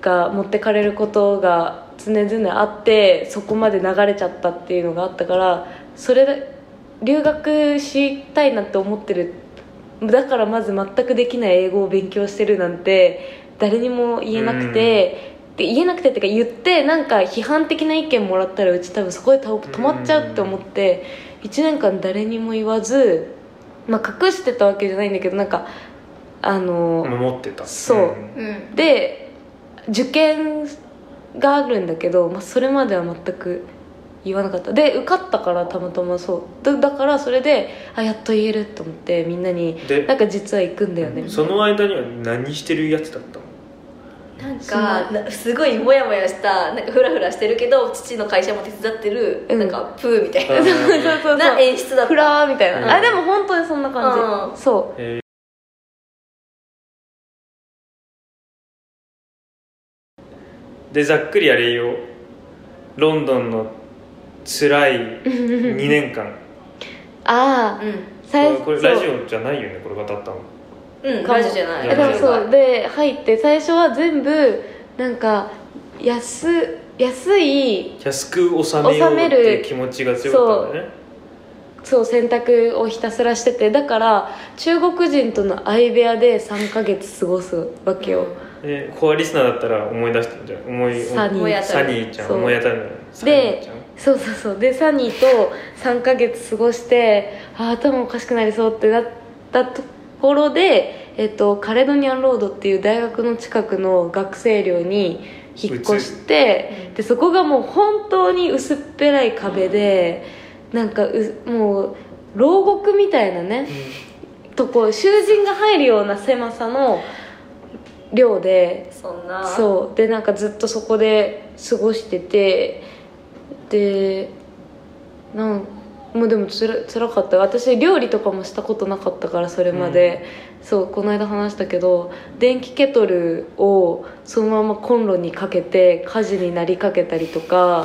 [SPEAKER 2] が持ってかれることが常々あってそこまで流れちゃったっていうのがあったからそれで留学したいなって思ってるだからまず全くできない英語を勉強してるなんて誰にも言えなくて、で言えなくてっていうか言ってなんか批判的な意見もらったらうち多分そこでた止まっちゃうって思って、1年間誰にも言わず、まあ、隠してたわけじゃないんだけどなんかあの、
[SPEAKER 3] 守ってた
[SPEAKER 2] そうん
[SPEAKER 1] うん
[SPEAKER 2] で受験があるんだけど、まあ、それまでは全く言わなかったで受かったからたまたまそうだだからそれであやっと言えると思ってみんなに
[SPEAKER 3] で
[SPEAKER 2] なんか実は行くんだよねみたいな
[SPEAKER 3] その間には何してるやつだった の
[SPEAKER 1] なん
[SPEAKER 2] そんな
[SPEAKER 1] かなすごいモヤモヤしたなんかフラフラしてるけど父の会社も手伝ってる、
[SPEAKER 2] うん
[SPEAKER 1] なんかプーみたいな,、
[SPEAKER 3] うん
[SPEAKER 2] そうそうそう
[SPEAKER 1] な演出だった
[SPEAKER 2] フラーみたいな、
[SPEAKER 3] うん
[SPEAKER 2] あでも本当にそんな感じ、
[SPEAKER 1] うん
[SPEAKER 2] そう
[SPEAKER 3] へでざっくりあれよロンドンの辛い2 年間
[SPEAKER 2] ああ
[SPEAKER 1] う
[SPEAKER 2] 最
[SPEAKER 3] これこれラジオじゃないよねこれ語ったの
[SPEAKER 1] ん、うん、ラジオじゃない
[SPEAKER 2] えでもそう
[SPEAKER 1] で
[SPEAKER 2] で入って最初は全部なんか安安い
[SPEAKER 3] 安く収めようっていう気持ちが強かったんだね
[SPEAKER 2] そう選択をひたすらしててだから中国人との相部屋で3ヶ月過ごすわけよ、
[SPEAKER 3] えコアリスナーだったら思い出したんじゃん思い
[SPEAKER 2] サニー
[SPEAKER 3] 思いサニーちゃん
[SPEAKER 2] そう
[SPEAKER 3] 思い当たるのよサニー
[SPEAKER 2] で
[SPEAKER 3] ちゃん
[SPEAKER 2] そうそうそうでサニーと3ヶ月過ごしてあー頭おかしくなりそうってなったところで、えっと、カレドニアンロードっていう大学の近くの学生寮に引っ越して
[SPEAKER 1] う
[SPEAKER 2] でそこがもう本当に薄っぺらい壁で、なんかうもう牢獄みたいなね、とこ囚人が入るような狭さの寮で
[SPEAKER 1] そんなう
[SPEAKER 2] そうでなんかずっとそこで過ごしててでなんもうでもつら辛かった私料理とかもしたことなかったからそれまで、そうこの間話したけど電気ケトルをそのままコンロにかけて火事になりかけたりとか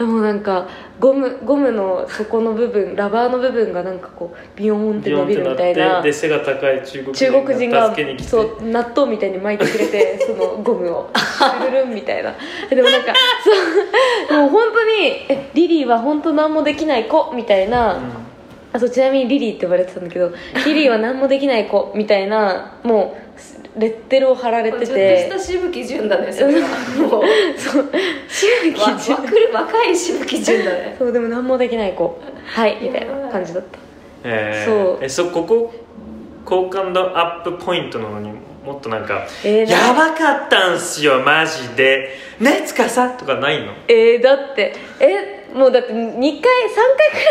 [SPEAKER 2] もうなんかゴムゴムの底の部分ラバーの部分がなんかこうビヨーンって
[SPEAKER 3] ビヨ
[SPEAKER 2] 伸
[SPEAKER 3] ンっ
[SPEAKER 2] び
[SPEAKER 3] て
[SPEAKER 2] る
[SPEAKER 3] な
[SPEAKER 2] み
[SPEAKER 3] った
[SPEAKER 2] いな
[SPEAKER 3] てで背が高い中国
[SPEAKER 2] 中国人
[SPEAKER 3] 人が
[SPEAKER 2] が
[SPEAKER 3] 助けに来て
[SPEAKER 2] そう納豆みたいに巻いてくれて そのゴムをルルルンみたいなでもなんかそうもう本当にえリリーは本当何もできない子みたいな、
[SPEAKER 3] うん
[SPEAKER 2] あそうちなみにリリーって呼ばれてたんだけどリリーは何もできない子みたいなもうレッテルを貼られ
[SPEAKER 1] ちょってとしてたしぶき順だねそれはもう
[SPEAKER 2] そう 周
[SPEAKER 1] わ
[SPEAKER 2] 期中
[SPEAKER 1] わくる若いしぶき順だね
[SPEAKER 2] そうでも何もできない子はいみたいな感じだった
[SPEAKER 3] えー
[SPEAKER 2] そう
[SPEAKER 3] えそここ好感度アップポイントなのにもっとなんか「
[SPEAKER 2] えー
[SPEAKER 3] やばかったんすよマジでねつかさ」とかないの
[SPEAKER 2] えー、だってえもうだって2回3回く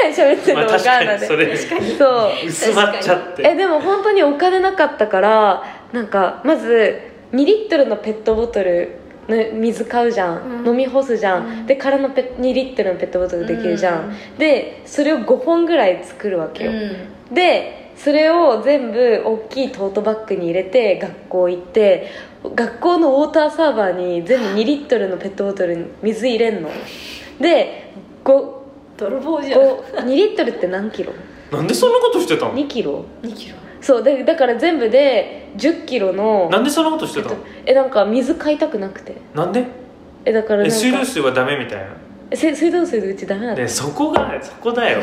[SPEAKER 2] らい喋ってる
[SPEAKER 3] まあ
[SPEAKER 2] のも
[SPEAKER 3] 確
[SPEAKER 2] ガ
[SPEAKER 3] か
[SPEAKER 2] ーナ
[SPEAKER 3] に
[SPEAKER 2] で
[SPEAKER 3] それ
[SPEAKER 2] そう
[SPEAKER 3] 薄まっちゃって
[SPEAKER 2] えでも本当にお金なかったからなんかまず2リットルのペットボトルの水買うじゃん、
[SPEAKER 1] うん
[SPEAKER 2] 飲み干すじゃん、
[SPEAKER 1] うん
[SPEAKER 2] で空のペ2リットルのペットボトルできるじゃん、
[SPEAKER 1] う
[SPEAKER 2] でそれを5本ぐらい作るわけ
[SPEAKER 1] う
[SPEAKER 2] よ、
[SPEAKER 1] ん
[SPEAKER 2] でそれを全部大きいトートバッグに入れて学校行って学校のウォーターサーバーに全部2リットルのペットボトルに水入れんので5
[SPEAKER 1] 泥棒じゃん
[SPEAKER 2] 2リットルって何キロ
[SPEAKER 3] なんでそんなことしてたの
[SPEAKER 2] ?2 キロ
[SPEAKER 1] 2キロ
[SPEAKER 2] そうでだから全部で1 0キロの
[SPEAKER 3] なんでそんなことしてたの
[SPEAKER 2] えなんか水買いたくなくて
[SPEAKER 3] なんで
[SPEAKER 2] えだからなん
[SPEAKER 3] え
[SPEAKER 2] か
[SPEAKER 3] 水道水はダメみたい
[SPEAKER 2] えせ水道水でうちダメだ
[SPEAKER 3] な
[SPEAKER 2] った
[SPEAKER 3] でそこがそこだよ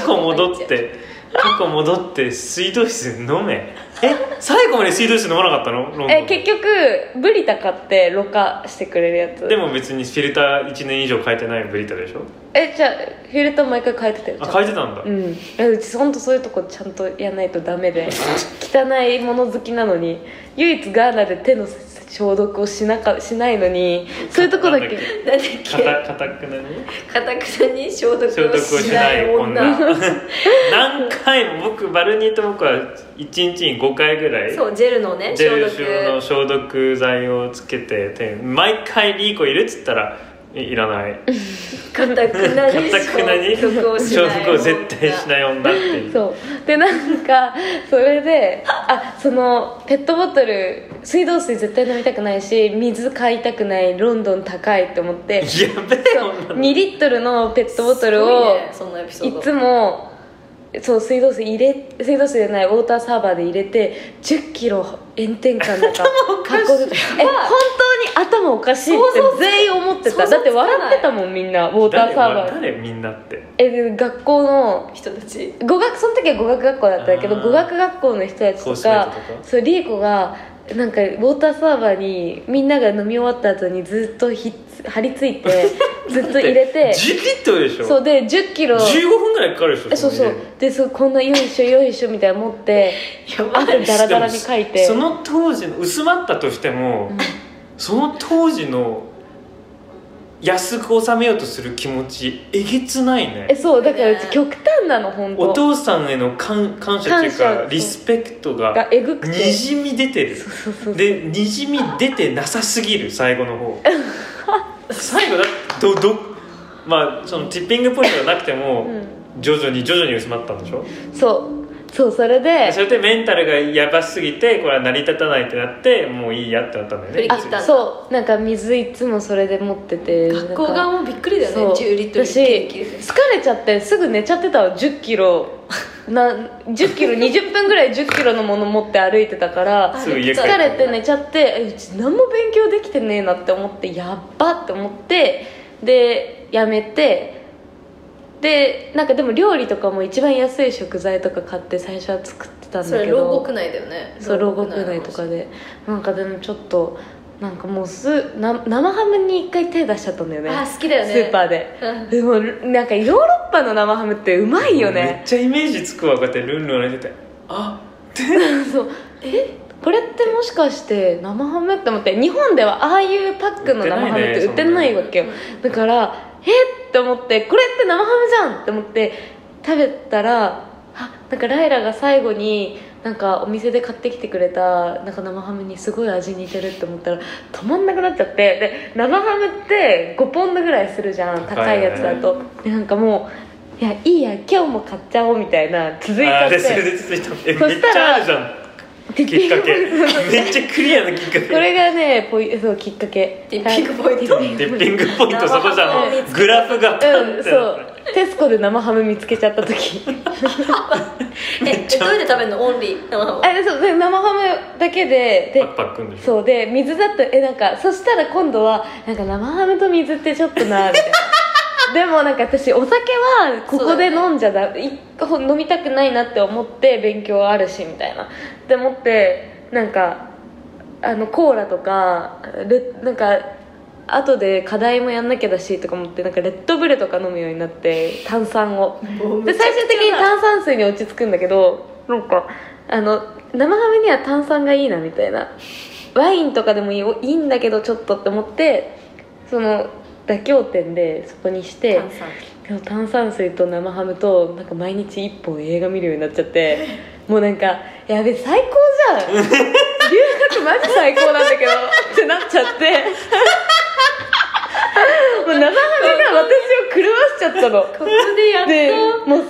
[SPEAKER 3] 過去戻って過去戻って水道水飲めえ最後まで水道水飲まなかったのロンドン
[SPEAKER 2] え結局ブリタ買ってろ過してくれるやつ
[SPEAKER 3] でも別にフィルター1年以上変えてないブリタでしょ
[SPEAKER 2] えじゃあフィルター毎回変えてたよ
[SPEAKER 3] あ
[SPEAKER 2] ちゃんと
[SPEAKER 3] 変えてたんだ、
[SPEAKER 2] うんえうちほんとそういうとこちゃんとやんないとダメ で汚いもの好きなのに唯一ガーナで手の消毒をしなかしないのにそういうとこだけ
[SPEAKER 1] なんだっ
[SPEAKER 3] かた
[SPEAKER 1] け
[SPEAKER 3] かたくなに
[SPEAKER 1] かたくなに消毒
[SPEAKER 3] 消毒
[SPEAKER 1] を
[SPEAKER 3] を
[SPEAKER 1] し
[SPEAKER 3] し
[SPEAKER 1] な
[SPEAKER 3] ないい
[SPEAKER 1] 女
[SPEAKER 3] 女 何回も僕バルニーと僕は1日に5回ぐらい
[SPEAKER 1] そうジェルのね
[SPEAKER 3] ジェ
[SPEAKER 1] 消
[SPEAKER 3] ル
[SPEAKER 1] 毒
[SPEAKER 3] の消毒剤をつけてて毎回リーコいるっつったらいいらない
[SPEAKER 1] かたくな
[SPEAKER 3] か
[SPEAKER 1] に
[SPEAKER 3] たくなに
[SPEAKER 1] 消毒をしない
[SPEAKER 3] 消毒を絶対し
[SPEAKER 1] い
[SPEAKER 3] ない女っていう
[SPEAKER 2] そうでなんかそれであそのペットボトル水道水絶対飲みたくないし水買いたくないロンドン高いって思 って
[SPEAKER 3] やべえ
[SPEAKER 2] そう2リットルのペットボトルを
[SPEAKER 1] そんなエピソー
[SPEAKER 2] い
[SPEAKER 1] ド
[SPEAKER 2] つもそう水道水入れ水道水じゃないウォーターサーバーで入れて1 0キロ炎天下の中発酵するえ本当に頭おかしいって
[SPEAKER 1] 想像つか
[SPEAKER 2] 全員思って
[SPEAKER 1] 想像
[SPEAKER 2] た
[SPEAKER 1] つか
[SPEAKER 2] だ
[SPEAKER 1] ない
[SPEAKER 2] って笑ってたもんみんなウォーター
[SPEAKER 3] 誰
[SPEAKER 2] サーバー
[SPEAKER 3] 誰みんなって
[SPEAKER 2] えで学校の
[SPEAKER 1] 人たち
[SPEAKER 2] 語学その時は語学学校だったんだけど
[SPEAKER 3] あー
[SPEAKER 2] 語学学校の人たち
[SPEAKER 3] コー
[SPEAKER 2] と
[SPEAKER 3] スメイ
[SPEAKER 2] か
[SPEAKER 3] トとか
[SPEAKER 2] そうリーコがなんかウォーターサーバーにみんなが飲み終わった後にずっとひっつ張り付い てずっと入れて
[SPEAKER 3] 10リットルでしょ
[SPEAKER 2] そうで1 0キロ
[SPEAKER 3] 15分ぐらいかかるでしょ
[SPEAKER 2] えそうそ
[SPEAKER 3] の
[SPEAKER 2] う
[SPEAKER 3] 入れる
[SPEAKER 2] でそうこんなよいしょよいしょみたいな持って
[SPEAKER 1] や ばい
[SPEAKER 2] 汗だらだらに書いて
[SPEAKER 3] しかもその当時の薄まったとしても、その当時の安く収めようとする気持ちえげつない
[SPEAKER 2] え
[SPEAKER 3] ね
[SPEAKER 2] そうだからうち極端なの本
[SPEAKER 3] お
[SPEAKER 2] 当
[SPEAKER 3] 父さんへの感感謝っていう
[SPEAKER 2] 感
[SPEAKER 3] か
[SPEAKER 2] 謝
[SPEAKER 3] リスペクト
[SPEAKER 2] が
[SPEAKER 3] が
[SPEAKER 2] えぐく
[SPEAKER 3] に
[SPEAKER 2] て
[SPEAKER 3] じみ出てる
[SPEAKER 2] そうそうそう
[SPEAKER 3] でにじみ出てなさすぎる最後 の方最後だどどまあそのティッピングポイントがなくても、
[SPEAKER 2] うん
[SPEAKER 3] 徐々に徐々に薄まったんでしょ
[SPEAKER 2] そうそうそれで
[SPEAKER 3] それでメンタルがやばすぎてこれは成り立たないってなってもういいやってなったんだよね
[SPEAKER 1] 振り切った
[SPEAKER 2] あそうなんか水いつもそれで持ってて
[SPEAKER 1] 学校が
[SPEAKER 2] なんか
[SPEAKER 1] もうびっくりだ
[SPEAKER 2] そ
[SPEAKER 1] よ
[SPEAKER 2] う
[SPEAKER 1] ね10リットル
[SPEAKER 2] 私
[SPEAKER 1] 一気に
[SPEAKER 2] 疲れちゃってすぐ寝ちゃってたわ1 0キロな10キロ20分 ぐらい1 0キロのもの持って歩いてたから
[SPEAKER 3] すぐ家帰
[SPEAKER 2] 疲れて寝ちゃってえうち何も勉強できてねえなって思ってやっばって思ってでやめてでなんかでも料理とかも一番安い食材とか買って最初は作ってたん
[SPEAKER 1] そ
[SPEAKER 2] だ
[SPEAKER 1] れ
[SPEAKER 2] け
[SPEAKER 1] 牢
[SPEAKER 2] ど
[SPEAKER 1] 獄内だよね
[SPEAKER 2] そう牢獄内とかでなんかでもちょっとなんかもうすな生ハムに一回手出しちゃったんだよね
[SPEAKER 1] あ好きだよね
[SPEAKER 2] スーパーで
[SPEAKER 1] うん
[SPEAKER 2] でもなんかヨーロッパの生ハムってうまいよ
[SPEAKER 3] め
[SPEAKER 2] ね
[SPEAKER 3] っちゃイメージつくわこうやってルンルン歩いててあ
[SPEAKER 2] そうえこれってもしかして生ハムって思って日本ではああいうパックの生ハムって売っ
[SPEAKER 3] 売ってて
[SPEAKER 2] な
[SPEAKER 3] ないいね
[SPEAKER 2] わけよだからえっって思ってこれって生ハムじゃんって思って食べたらあなんかライラが最後になんかお店で買ってきてくれたなんか生ハムにすごい味似てるって思ったら止まんなくなっちゃってで生ハムって5ポンドぐらいするじゃん高
[SPEAKER 3] 高
[SPEAKER 2] い
[SPEAKER 3] いよね
[SPEAKER 2] やつだと、でなんかもういやいいや今日も買っちゃおうみたいな続いちゃ
[SPEAKER 3] あ
[SPEAKER 2] っ
[SPEAKER 3] でそれ
[SPEAKER 2] て
[SPEAKER 3] で続いたえ
[SPEAKER 2] そ
[SPEAKER 3] めっ
[SPEAKER 2] した
[SPEAKER 3] ち
[SPEAKER 2] ら
[SPEAKER 3] ゃあるじゃん
[SPEAKER 2] で
[SPEAKER 3] きっかけ
[SPEAKER 2] そうそう
[SPEAKER 3] めっちゃクリアなきっかけ
[SPEAKER 2] これがねポイそうきっかけ
[SPEAKER 1] ティッピングポイント
[SPEAKER 2] はい
[SPEAKER 3] テッピングポイントそこじゃんもうグラフが
[SPEAKER 2] うんそうテスコで生ハム見つけちゃった時
[SPEAKER 1] え急いで食べるのオンリー生ハム
[SPEAKER 2] あそうで生ハムだけでで
[SPEAKER 3] パッパッくんでしょ
[SPEAKER 2] そうで水だとえなんかそしたら今度はなんか生ハムと水ってちょっとなみた いなでもなんか私お酒はここで飲んじゃだいほ飲みたくないなって思って勉強あるしみたいなって思ってなんかあのコーラとかレなんか後で課題もやんなきゃだしとか思ってなんかレッドブルとか飲むようになって炭酸をで最終的に炭酸水に落ち着くんだけどなんかあの生ハムには炭酸がいいなみたいなワインとかでもいいおいいんだけどちょっとって思ってその妥協点でそこにして
[SPEAKER 1] 炭酸
[SPEAKER 2] でも炭酸水と生ハムとなんか毎日1本映画見るようになっちゃって もうなんか「やべ最高じゃん留学マジ最高なんだけど」ってなっちゃって もう生ハムが私を狂わしちゃったの
[SPEAKER 1] ここでやっ
[SPEAKER 2] で
[SPEAKER 1] と
[SPEAKER 2] もう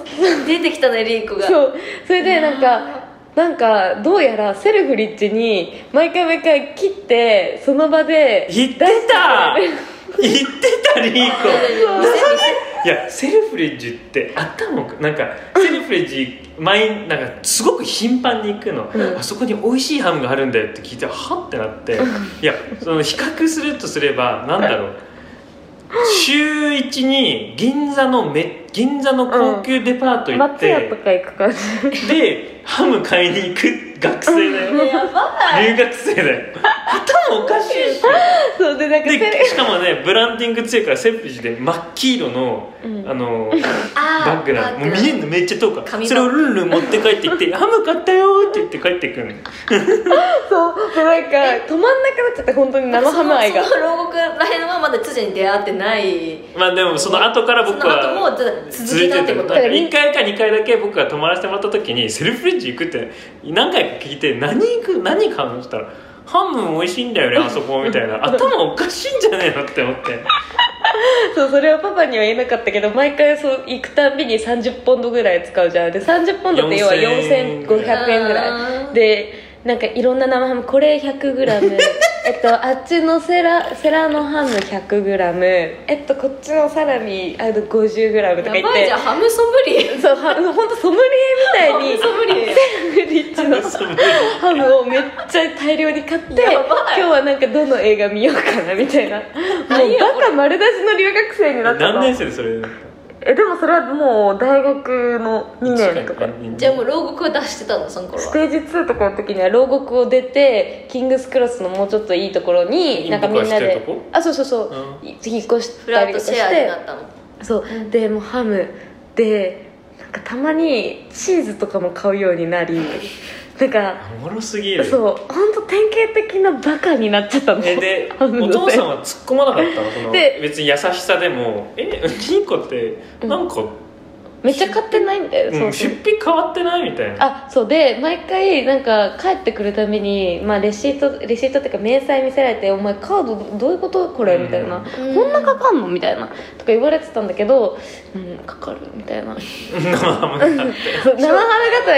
[SPEAKER 1] 出てきたねリーコが
[SPEAKER 2] そうそれでなんかなんかどうやらセルフリッチに毎回毎回切ってその場で
[SPEAKER 3] 言ってた言ってたリーコ
[SPEAKER 1] 見せ見せ
[SPEAKER 3] いやセルフレッジってあったのかなんかセルフレッジ前なんかすごく頻繁に行くの、
[SPEAKER 2] うん
[SPEAKER 3] あそこに美味しいハムがあるんだよって聞いてはってなっていやその比較するとすればなんだろう週1に銀座のめ銀座の高級デパート行っ
[SPEAKER 2] 松屋
[SPEAKER 3] て
[SPEAKER 2] と、か行く感じ
[SPEAKER 3] でハム買いに行く学生だよ
[SPEAKER 1] やば
[SPEAKER 3] 留学生だよ頭おかしいっしょ
[SPEAKER 2] そうでなんかセル
[SPEAKER 3] でしかもねブランディング強いからセルフレッジで真っ黄色の、
[SPEAKER 2] うん
[SPEAKER 3] あの
[SPEAKER 1] あー
[SPEAKER 3] バッグなのもう見えんのめっちゃ遠くから
[SPEAKER 1] 紙の
[SPEAKER 3] それをルンルン持って帰って きて「ハム買ったよ」って言って帰ってくる
[SPEAKER 2] そうそうなんか止まんなくなっちゃって本当に生ハム愛が
[SPEAKER 1] そのその牢獄らへんはまだ辻に出会ってない
[SPEAKER 3] まあでもその後から僕
[SPEAKER 1] その後も
[SPEAKER 3] は
[SPEAKER 1] ず続けたってこと
[SPEAKER 3] だから1回か2回だけ僕が泊まらせてもらった時にセルフレンジ行くって何回か聞いて「何行く何買うの?」って言ったら「ハム美味しい んだよねあそこ」みたいな頭おかしいんじゃねえのって思って
[SPEAKER 2] そうそれはパパには言えなかったけど毎回そう行くたんびに30ポンドぐらい使うじゃんで30ポンドって要は4500
[SPEAKER 3] 4500
[SPEAKER 2] 円ぐら
[SPEAKER 1] う
[SPEAKER 2] い
[SPEAKER 1] ん
[SPEAKER 2] でなんかいろんな生ハムこれ 100g えっとあっちのセラセラのハム 100g えっとこっちのサラミあの 50g とか
[SPEAKER 1] や
[SPEAKER 2] 言っ
[SPEAKER 1] ばいじ
[SPEAKER 2] て
[SPEAKER 1] ゃんハムソムリエ
[SPEAKER 2] そうは本当ソムリエみたいに
[SPEAKER 1] ハ ムソムリエ
[SPEAKER 2] セルフリッチのハムをめっちゃ大量に買って今
[SPEAKER 1] やばい
[SPEAKER 2] 日はなんかどの映画見ようかなみたいなもうバカ丸出しの留学生になっちゃった
[SPEAKER 3] 何年生でそれ
[SPEAKER 2] えでもそれはもう大学の2年とか
[SPEAKER 1] じゃあもう牢獄は出してたんだその頃
[SPEAKER 2] ス
[SPEAKER 1] は
[SPEAKER 2] テージ2とかの時には牢獄を出てキングスクロスのもうちょっといいところになんかみんな
[SPEAKER 3] イン
[SPEAKER 2] で
[SPEAKER 3] とかしてるとこ
[SPEAKER 2] あそうそうそう、
[SPEAKER 3] う
[SPEAKER 2] 引っ越し
[SPEAKER 1] フラ
[SPEAKER 2] た
[SPEAKER 1] ッ
[SPEAKER 2] り
[SPEAKER 1] ト
[SPEAKER 2] とか
[SPEAKER 1] シ
[SPEAKER 2] し
[SPEAKER 1] ェアに
[SPEAKER 2] て
[SPEAKER 1] なったの
[SPEAKER 2] そうでもうハムでなんかたまにチーズとかも買うように なりなんか
[SPEAKER 3] おもろすぎる
[SPEAKER 2] そう本当典型的なバカになっちゃったの
[SPEAKER 3] えで
[SPEAKER 2] ハム
[SPEAKER 3] お
[SPEAKER 2] の
[SPEAKER 3] 父さんは突っ込まなかったのその
[SPEAKER 2] で
[SPEAKER 3] 別に優しさでも「えリンコってなんか
[SPEAKER 2] めっちゃ買ってないみたいな、
[SPEAKER 3] うん、
[SPEAKER 2] そう
[SPEAKER 3] 出費変わってないみたい な
[SPEAKER 2] あそうで毎回なんか帰ってくるたびに、まあ、レシートレシートっていうか明細見せられて「お前カードどういうことこれ」みたい
[SPEAKER 1] う
[SPEAKER 2] な、
[SPEAKER 1] ん
[SPEAKER 2] こんなかかんの?」みたいなとか言われてたんだけど「うんかかる」みたいな そう生花形は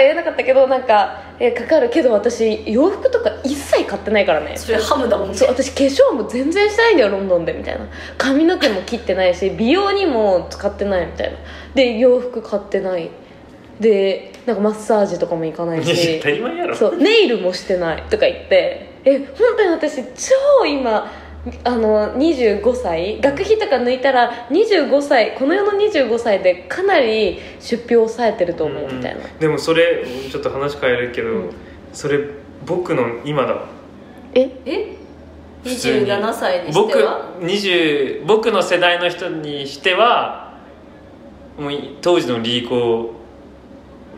[SPEAKER 2] 言えなかったけどなんか「えかかるけど私洋服とか一切買ってないからね」
[SPEAKER 1] それハムだもんね
[SPEAKER 2] そう私化粧も全然してないんだよロンドンでみたいな髪の毛も切ってないし美容にも使ってないみたいなで洋服買ってないでなんかマッサージとかも行かない
[SPEAKER 3] いや
[SPEAKER 2] し
[SPEAKER 3] 当たり前やろ
[SPEAKER 2] そうネイルもしてないとか言ってえ本当に私超今あの25歳学費とか抜いたら25歳この世の25歳でかなり出費を抑えてると思うみたいな、
[SPEAKER 3] うんでもそれちょっと話変えるけど、
[SPEAKER 2] うん
[SPEAKER 3] それ僕の今だわ
[SPEAKER 2] え
[SPEAKER 1] え
[SPEAKER 3] 普通に
[SPEAKER 1] 27歳にし
[SPEAKER 3] 僕
[SPEAKER 1] ては
[SPEAKER 3] 20僕の世代の人にしてはもうい当時のリーコ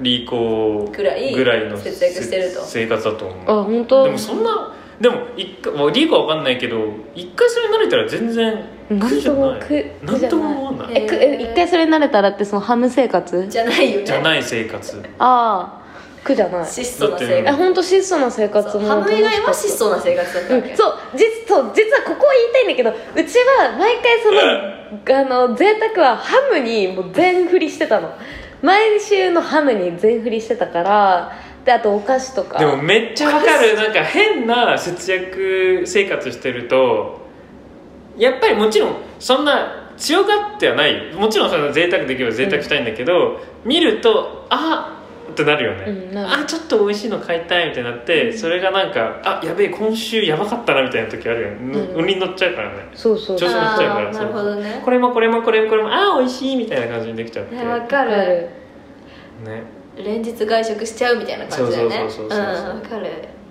[SPEAKER 3] リーコ
[SPEAKER 1] ぐらい
[SPEAKER 3] ぐらいの
[SPEAKER 1] 節約してると
[SPEAKER 3] せ生活だと思
[SPEAKER 2] あ
[SPEAKER 3] う
[SPEAKER 2] 本当
[SPEAKER 3] でもそんなでも一回もうリーコは分かんないけど一回それ慣れたら全然苦じゃ
[SPEAKER 2] な
[SPEAKER 3] な
[SPEAKER 2] んとも
[SPEAKER 3] い
[SPEAKER 2] 苦
[SPEAKER 3] なんとも思わない
[SPEAKER 2] えくえ一回それ慣れたらってそのハム生活
[SPEAKER 1] じゃないよね
[SPEAKER 3] じゃない生活
[SPEAKER 2] ああ苦じゃない
[SPEAKER 1] 質素な生
[SPEAKER 2] え
[SPEAKER 1] 活
[SPEAKER 2] 本当質素な生活
[SPEAKER 1] そう
[SPEAKER 2] も
[SPEAKER 1] ハム以外は質素な生活だったわ
[SPEAKER 2] う
[SPEAKER 1] け
[SPEAKER 2] ん、そう実そう実はここを言いたいんだけどうちは毎回そ のあの贅沢はハムにもう全振りしてたの毎週のハムに全振りしてたからであとお菓子とか
[SPEAKER 3] でもめっちゃわかるなんか変な節約生活してるとやっぱりもちろんそんな強がってはないもちろんその贅沢できれば贅沢したいんだけど、見るとあってなるよね、
[SPEAKER 2] うんなる
[SPEAKER 3] あちょっと美味しいの買いたいみたいになって、それがなんかあやべえ今週やばかったなみたいな時あるよね、
[SPEAKER 2] うん
[SPEAKER 3] うん、に乗っちゃうからね
[SPEAKER 2] そうそう
[SPEAKER 3] 調子乗っちゃうから
[SPEAKER 1] あー
[SPEAKER 3] そ
[SPEAKER 1] な
[SPEAKER 3] う
[SPEAKER 1] るほどね
[SPEAKER 3] これもこれもこれもこれもあー美味しいみたいな感じにできちゃって、
[SPEAKER 1] ねわか
[SPEAKER 2] わかる
[SPEAKER 1] る
[SPEAKER 3] ね
[SPEAKER 1] 連日外食しちゃうみたいな感じだよね
[SPEAKER 3] そううんそうそうそう
[SPEAKER 1] わかる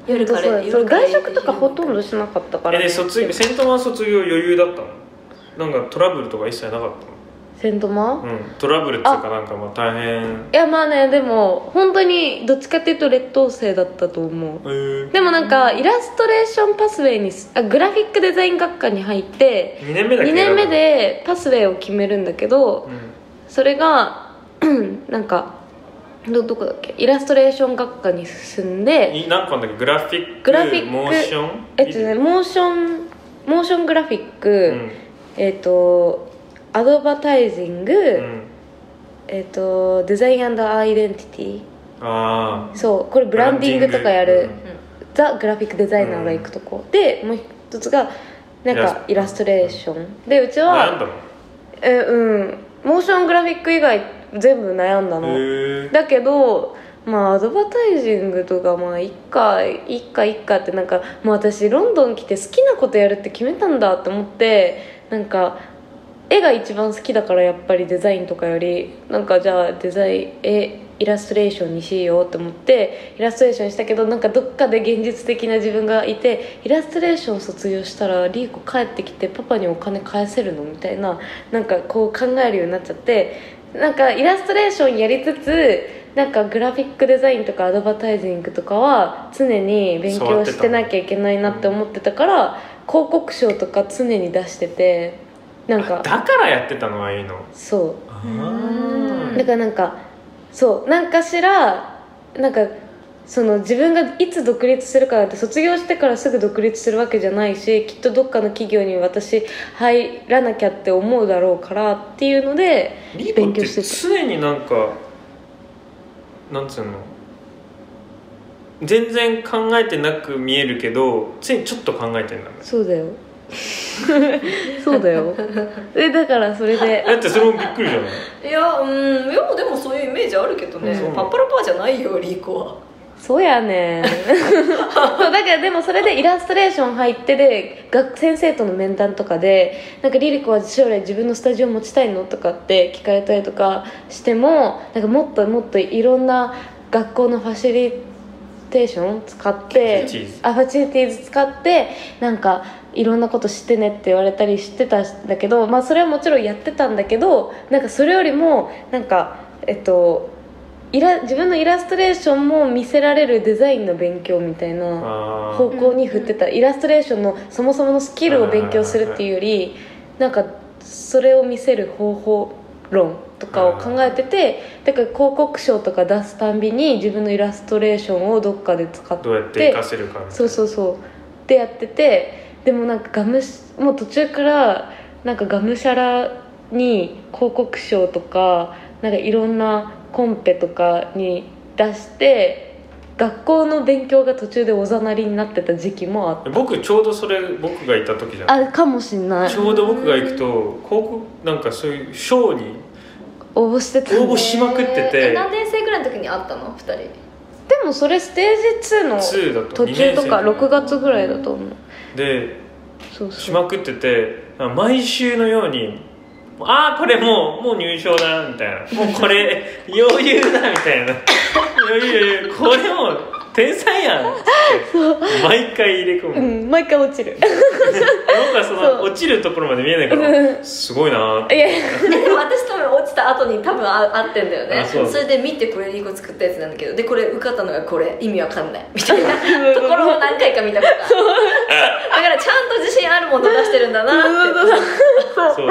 [SPEAKER 1] 夜カレ
[SPEAKER 2] そう
[SPEAKER 1] ー
[SPEAKER 2] そう
[SPEAKER 1] 夜カレ
[SPEAKER 2] 外
[SPEAKER 1] ー
[SPEAKER 2] 食とかほとんどしなかったから、
[SPEAKER 3] え
[SPEAKER 2] ね、
[SPEAKER 3] で卒業セントマン卒業余裕だったのなんかトラブルとか一切なかったの
[SPEAKER 2] セントマン
[SPEAKER 3] うん、トラブルっていうかなんかまあ大変
[SPEAKER 2] いやまあねでも本当にどっちかっていうと劣等生だったと思う
[SPEAKER 3] えー、
[SPEAKER 2] でもなんかイラストレーションパスウェイにすあグラフィックデザイン学科に入って
[SPEAKER 3] 2年目だっけ
[SPEAKER 2] 2年目、でパスウェイを決めるんだけどそれが なんかどどこだっけイラストレーション学科に進ん
[SPEAKER 3] うん、
[SPEAKER 2] で
[SPEAKER 3] い何個あんだっけグラフィック
[SPEAKER 2] グラフィック
[SPEAKER 3] モーション
[SPEAKER 2] えっとねモーションモーショングラフィック、
[SPEAKER 3] うん
[SPEAKER 2] えっとアドバタイジング、
[SPEAKER 3] うん、
[SPEAKER 2] えっとデザインアイデンティティ
[SPEAKER 3] あ
[SPEAKER 2] そうこれブランディングとかや
[SPEAKER 3] ブラン
[SPEAKER 2] る
[SPEAKER 3] ディン
[SPEAKER 2] ザ・グラフィックデザイナーが行くとこ、でもう一つがなんかイラストレーションでうち
[SPEAKER 3] あ
[SPEAKER 2] は
[SPEAKER 3] 悩んだの
[SPEAKER 2] えうんモーショングラフィック以外全部悩んだの、
[SPEAKER 3] へえ
[SPEAKER 2] だけどまあアドバタイジングとかまあいっかいっかいっかってなんかもう私ロンドン来て好きなことやるって決めたんだって思ってなんか絵が一番好きだからやっぱりデザインとかよりなんかじゃあデザイン絵イラストレーションにしようと思ってイラストレーションしたけどなんかどっかで現実的な自分がいてイラストレーション卒業したらリーコ帰ってきてパパにお金返せるのみたいななんかこう考えるようになっちゃってなんかイラストレーションやりつつなんかグラフィックデザインとかアドバタイジングとかは常に勉強してなきゃいけないなって思ってたから広告賞とか常に出しててなんか
[SPEAKER 3] だからやってたのああいうの
[SPEAKER 2] そう
[SPEAKER 3] あ
[SPEAKER 1] う
[SPEAKER 3] ー
[SPEAKER 1] ん
[SPEAKER 2] だからなんかそうなんかしらなんかその自分がいつ独立するかなんて卒業してからすぐ独立するわけじゃないしきっとどっかの企業に私入らなきゃって思うだろうからっていうので
[SPEAKER 3] リーコっ
[SPEAKER 2] 勉強
[SPEAKER 3] て
[SPEAKER 2] してた
[SPEAKER 3] 常になんかなんつうの全然考えてなく見えるけど常にちょっと考えてん だね
[SPEAKER 2] そうだよ そうだよえだからそれで
[SPEAKER 3] だってそれもびっくりじゃない
[SPEAKER 1] いやうんいやでもそういうイメージあるけどね、
[SPEAKER 3] うん
[SPEAKER 1] パッパラパーじゃないよリーコは
[SPEAKER 2] そうやねんそうだからでもそれでイラストレーション入ってで学先生との面談とかで「なんかリリコは将来自分のスタジオ持ちたいの?」とかって聞かれたりとかしてもなんかもっともっといろんな学校のファシリテーション使って
[SPEAKER 3] ファシリティーズ
[SPEAKER 2] あファシリティーズ使ってなんかいろんなことしてねって言われたりしてたんだけど、まあ、それはもちろんやってたんだけどなんかそれよりもなんかえっとイラ自分のイラストレーションも見せられるデザインの勉強みたいな
[SPEAKER 3] あー
[SPEAKER 2] 方向に振ってたイラストレーションのそもそものスキルを勉強するっていうよりなんかそれを見せる方法論とかを考えててだから広告賞とか出すたんびに自分のイラストレーションをどっかで使って
[SPEAKER 3] どうやって活かせるかみたいな
[SPEAKER 2] そうそうそうでやっててでもなんかがむしもう途中からなんかがむしゃらに広告賞とかなんかいろんなコンペとかに出して学校の勉強が途中でおざなりになってた時期もあっ
[SPEAKER 3] 僕ちょうどそれ僕がいた時じゃん
[SPEAKER 2] たあかもしんない
[SPEAKER 3] ちょうど僕が行くと広告なんかそういうショーに
[SPEAKER 2] 応募してた
[SPEAKER 3] 応募しまくってて
[SPEAKER 1] え何年生ぐらいの時に会ったの2人
[SPEAKER 2] でもそれステージ2の
[SPEAKER 3] 2だ
[SPEAKER 2] 途中とか
[SPEAKER 3] と二年生の時
[SPEAKER 2] 6月ぐらいだと思う
[SPEAKER 3] で
[SPEAKER 2] そう
[SPEAKER 3] し
[SPEAKER 2] そう
[SPEAKER 3] まくってて毎週のように「ああこれもうもう入賞だ」みたいな「もうこれ 余裕だ」みたいな「余裕余裕これもう天才やん」って毎回入れ込
[SPEAKER 2] う
[SPEAKER 3] む、
[SPEAKER 2] ん毎回落ちる
[SPEAKER 3] なんかその
[SPEAKER 2] そう
[SPEAKER 3] 落ちるところまで見えないか
[SPEAKER 2] う
[SPEAKER 3] らすごいなーっ
[SPEAKER 2] い
[SPEAKER 3] て
[SPEAKER 2] や
[SPEAKER 1] でも私多分落ちた後に多分あ会ってんだよ
[SPEAKER 3] あ
[SPEAKER 1] ね
[SPEAKER 3] そう
[SPEAKER 1] それで見てこれリンゴ作ったやつなんだけどでこれ受かったのがこれ意味わかんないみたいなところを何回か見たことあるだからちゃんと自信あるもの出してるんだなって
[SPEAKER 3] そうそう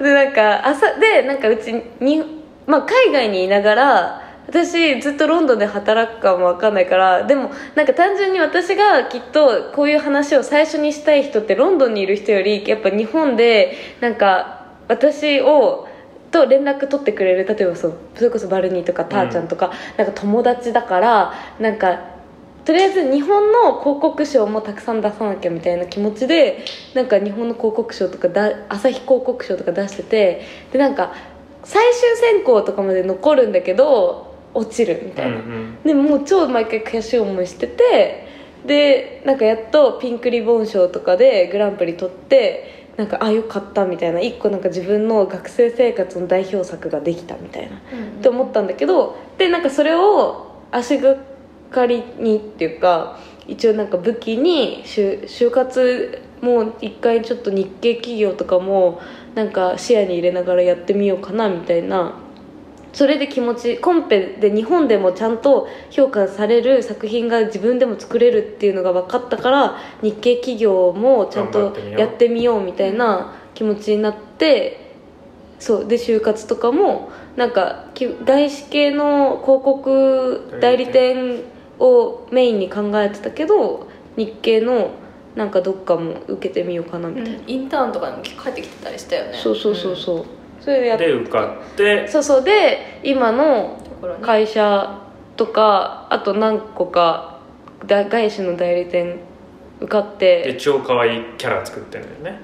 [SPEAKER 3] そう
[SPEAKER 2] そうでなんか朝でなんかうちに、まあ、海外にいながら私ずっとロンドンで働くかもわかんないからでもなんか単純に私がきっとこういう話を最初にしたい人ってロンドンにいる人よりやっぱ日本でなんか私をと連絡取ってくれる例えばそうそれこそバルニーとかターちゃんとか、なんか友達だからなんかとりあえず日本の広告賞もたくさん出さなきゃみたいな気持ちでなんか日本の広告賞とかだ朝日広告賞とか出しててでなんか最終選考とかまで残るんだけど落ちるみたいな、
[SPEAKER 3] うん
[SPEAKER 2] でもう超毎回悔しい思いしててでなんかやっとピンクリボン賞とかでグランプリ取ってなんかあよかったみたいな一個なんか自分の学生生活の代表作ができたみたいなって思ったんだけどでなんかそれを足がかりにっていうか一応なんか武器に就就活もう一回ちょっと日系企業とかもなんか視野に入れながらやってみようかなみたいなそれで気持ちコンペで日本でもちゃんと評価される作品が自分でも作れるっていうのが分かったから日系企業もちゃん
[SPEAKER 3] 頑張っ
[SPEAKER 2] と
[SPEAKER 3] てみよう
[SPEAKER 2] やってみようみたいな気持ちになってそうで就活とかもなんかき外資系の広告代理店をメインに考えてたけど日系のなんかどっかも受けてみようかなみたいな、
[SPEAKER 1] インターンとかにも帰ってきてたりしたよね
[SPEAKER 2] そうそうそうそう、それでやっ
[SPEAKER 3] で受かって
[SPEAKER 2] そうそうで今の
[SPEAKER 1] ところに
[SPEAKER 2] 会社とかあと何個かだ外資の代理店受かっ
[SPEAKER 3] で
[SPEAKER 2] て
[SPEAKER 3] 超可愛いキャラ作ってるん だよね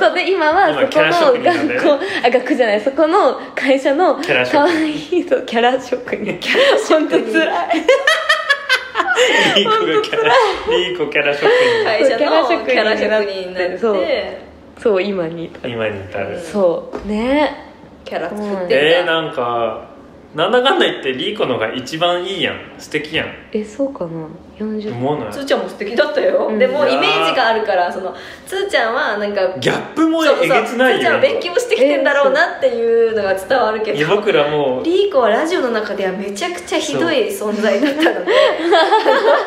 [SPEAKER 2] そうで今はそ
[SPEAKER 3] 今キャラ
[SPEAKER 2] この
[SPEAKER 3] 職人なんだ
[SPEAKER 2] 学
[SPEAKER 3] よ
[SPEAKER 2] 校あ学校じゃないそこの会社の
[SPEAKER 3] キャラ職人
[SPEAKER 2] 可愛いとキャラ職人キャラ職人本当つらい
[SPEAKER 3] リーコがキャラリーコキャラ職人
[SPEAKER 1] 会社のキ
[SPEAKER 2] キャラ職人
[SPEAKER 1] ャラ職人になって
[SPEAKER 2] そうそう今に至る
[SPEAKER 3] 今に至る
[SPEAKER 2] そうね
[SPEAKER 1] キャラ作ってた、
[SPEAKER 3] えー、なんかなんだかんだ言ってリーコのが一番いいやん素敵やん
[SPEAKER 2] えそうかな40
[SPEAKER 3] 思わな
[SPEAKER 1] つ
[SPEAKER 3] い
[SPEAKER 1] ーちゃんも素敵だったよ、
[SPEAKER 2] うん
[SPEAKER 1] でもイメージがあるからそのつーちゃんはなんか
[SPEAKER 3] ギャップも
[SPEAKER 1] そうそう
[SPEAKER 3] えげつない
[SPEAKER 1] つーちゃん
[SPEAKER 3] よ
[SPEAKER 1] は勉強してきてんだろうなっていうのが伝わるけ
[SPEAKER 3] いや
[SPEAKER 1] ど
[SPEAKER 3] 僕らもう
[SPEAKER 1] リーコはラジオの中ではめちゃくちゃひどい存在だったので私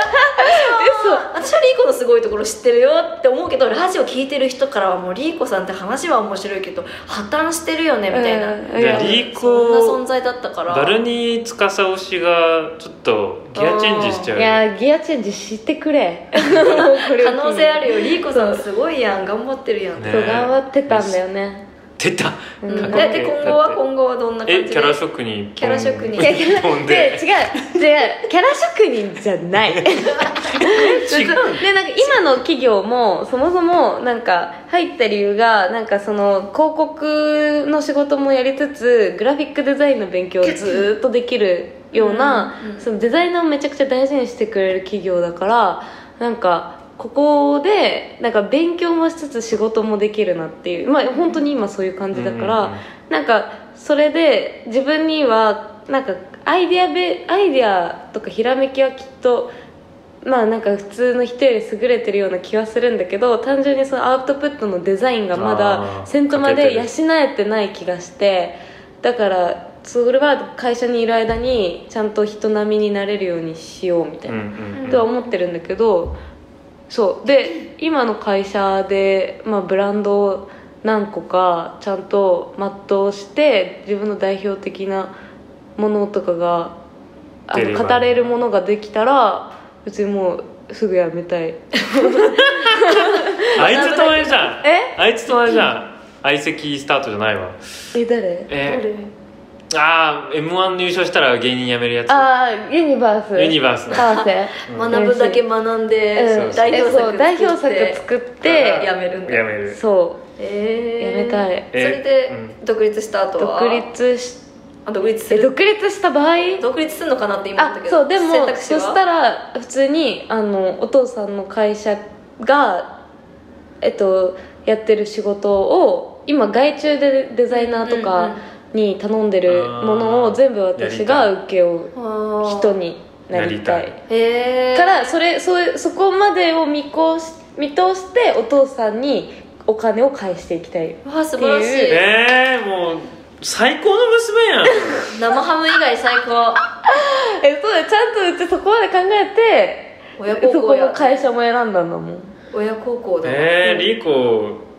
[SPEAKER 1] は私は私はリーコのすごいところ知ってるよって思うけどラジオ聞いてる人からはもうリーコさんって話は面白いけど破綻してるよねみたいな、
[SPEAKER 2] うん
[SPEAKER 3] じゃ
[SPEAKER 2] いや
[SPEAKER 3] あリー
[SPEAKER 1] そんな存
[SPEAKER 3] コ
[SPEAKER 1] 在だったから
[SPEAKER 3] バルニー司推しがちょっとギアチェンジしち
[SPEAKER 2] い
[SPEAKER 3] ゃうよ
[SPEAKER 2] やギアチェンジしてくれ これを
[SPEAKER 1] 可
[SPEAKER 2] 機に
[SPEAKER 1] 能性あるよリーコさんすごいやん頑張ってるやん、
[SPEAKER 3] ね
[SPEAKER 2] そう頑張ってたんだよね
[SPEAKER 3] 出た
[SPEAKER 1] うん
[SPEAKER 2] かっこ
[SPEAKER 1] でで今後は
[SPEAKER 3] 後
[SPEAKER 1] 今後はどんな感じ
[SPEAKER 3] え
[SPEAKER 1] で
[SPEAKER 3] キャラ職人
[SPEAKER 1] キャラ職人
[SPEAKER 3] ポン
[SPEAKER 1] いやキ
[SPEAKER 3] ポン
[SPEAKER 2] で違う
[SPEAKER 3] で
[SPEAKER 2] 違うキャラ職人じゃない
[SPEAKER 3] 違う
[SPEAKER 2] でなんか今の企業もそもそもなんか入った理由がなんかその広告の仕事もやりつつグラフィックデザインの勉強をずーっとできるような、
[SPEAKER 1] うんうん
[SPEAKER 2] そのデザイナーをめちゃくちゃ大事にしてくれる企業だからなんかここでなんか勉強もしつつ仕事もできるなっていうまあ本当に今そういう感じだから、
[SPEAKER 3] うんうんうん
[SPEAKER 2] なんかそれで自分にはなんかアイデアべアイデアとかひらめきはきっとまあなんか普通の人より優れてるような気はするんだけど単純にそのアウトプットのデザインがま
[SPEAKER 3] あー
[SPEAKER 2] だセントま
[SPEAKER 3] 欠け
[SPEAKER 2] で
[SPEAKER 3] てる
[SPEAKER 2] 養えてない気がしてだからそれは会社にいる間にちゃんと人並みになれるようにしようみたいな、
[SPEAKER 3] うんうん
[SPEAKER 2] とは思ってるんだけどそうで今の会社で、まあ、ブランドを何個かちゃんと全うして自分の代表的なものとかがあ
[SPEAKER 3] 出れば
[SPEAKER 2] の語れるものができたら別にもうすぐやめたい
[SPEAKER 3] あいつと同じじゃん
[SPEAKER 2] え
[SPEAKER 3] あいつと同じじゃん相席スタートじゃないわ
[SPEAKER 2] え誰
[SPEAKER 3] えー、ああ m 1優勝したら芸人辞めるやつ
[SPEAKER 2] ああユニバース
[SPEAKER 3] ユニバースの
[SPEAKER 2] 川瀬
[SPEAKER 1] 学ぶだけ学んで、
[SPEAKER 2] うん
[SPEAKER 1] 代表
[SPEAKER 2] そう
[SPEAKER 1] 作
[SPEAKER 2] 代表
[SPEAKER 1] 作って
[SPEAKER 2] 作作って
[SPEAKER 1] やめるんだ
[SPEAKER 3] やめる
[SPEAKER 2] そう
[SPEAKER 1] えー
[SPEAKER 2] やめたい
[SPEAKER 1] それで独立した後は
[SPEAKER 2] 独立し
[SPEAKER 1] あ独立す
[SPEAKER 2] え
[SPEAKER 1] る
[SPEAKER 2] 独立した場合
[SPEAKER 1] 独立するのかなって今思
[SPEAKER 2] あ
[SPEAKER 1] ったけど
[SPEAKER 2] そうでも
[SPEAKER 1] 選択肢
[SPEAKER 2] そ
[SPEAKER 1] は
[SPEAKER 2] したら普通にあのお父さんの会社がえっとやってる仕事を今外注でデザイナーと
[SPEAKER 1] うんうん
[SPEAKER 2] かに頼んでるものを全部私が請け負う人
[SPEAKER 1] 人
[SPEAKER 2] になりた
[SPEAKER 3] な
[SPEAKER 2] い
[SPEAKER 3] り
[SPEAKER 1] へえ
[SPEAKER 2] からそれそうそこまでを見越し見通してお父さんにお金を返していきたい
[SPEAKER 1] わあ素晴らし
[SPEAKER 2] って
[SPEAKER 1] い
[SPEAKER 3] えー、もう最高の娘やん
[SPEAKER 1] 生ハム以外最高
[SPEAKER 2] えそうだよちゃんとうちそこまで考え
[SPEAKER 1] 親
[SPEAKER 2] て
[SPEAKER 1] 孝
[SPEAKER 2] そ
[SPEAKER 1] 行
[SPEAKER 2] この
[SPEAKER 1] や
[SPEAKER 2] 会社も選んだんだもん
[SPEAKER 1] 親孝行だえ
[SPEAKER 3] えー、リコ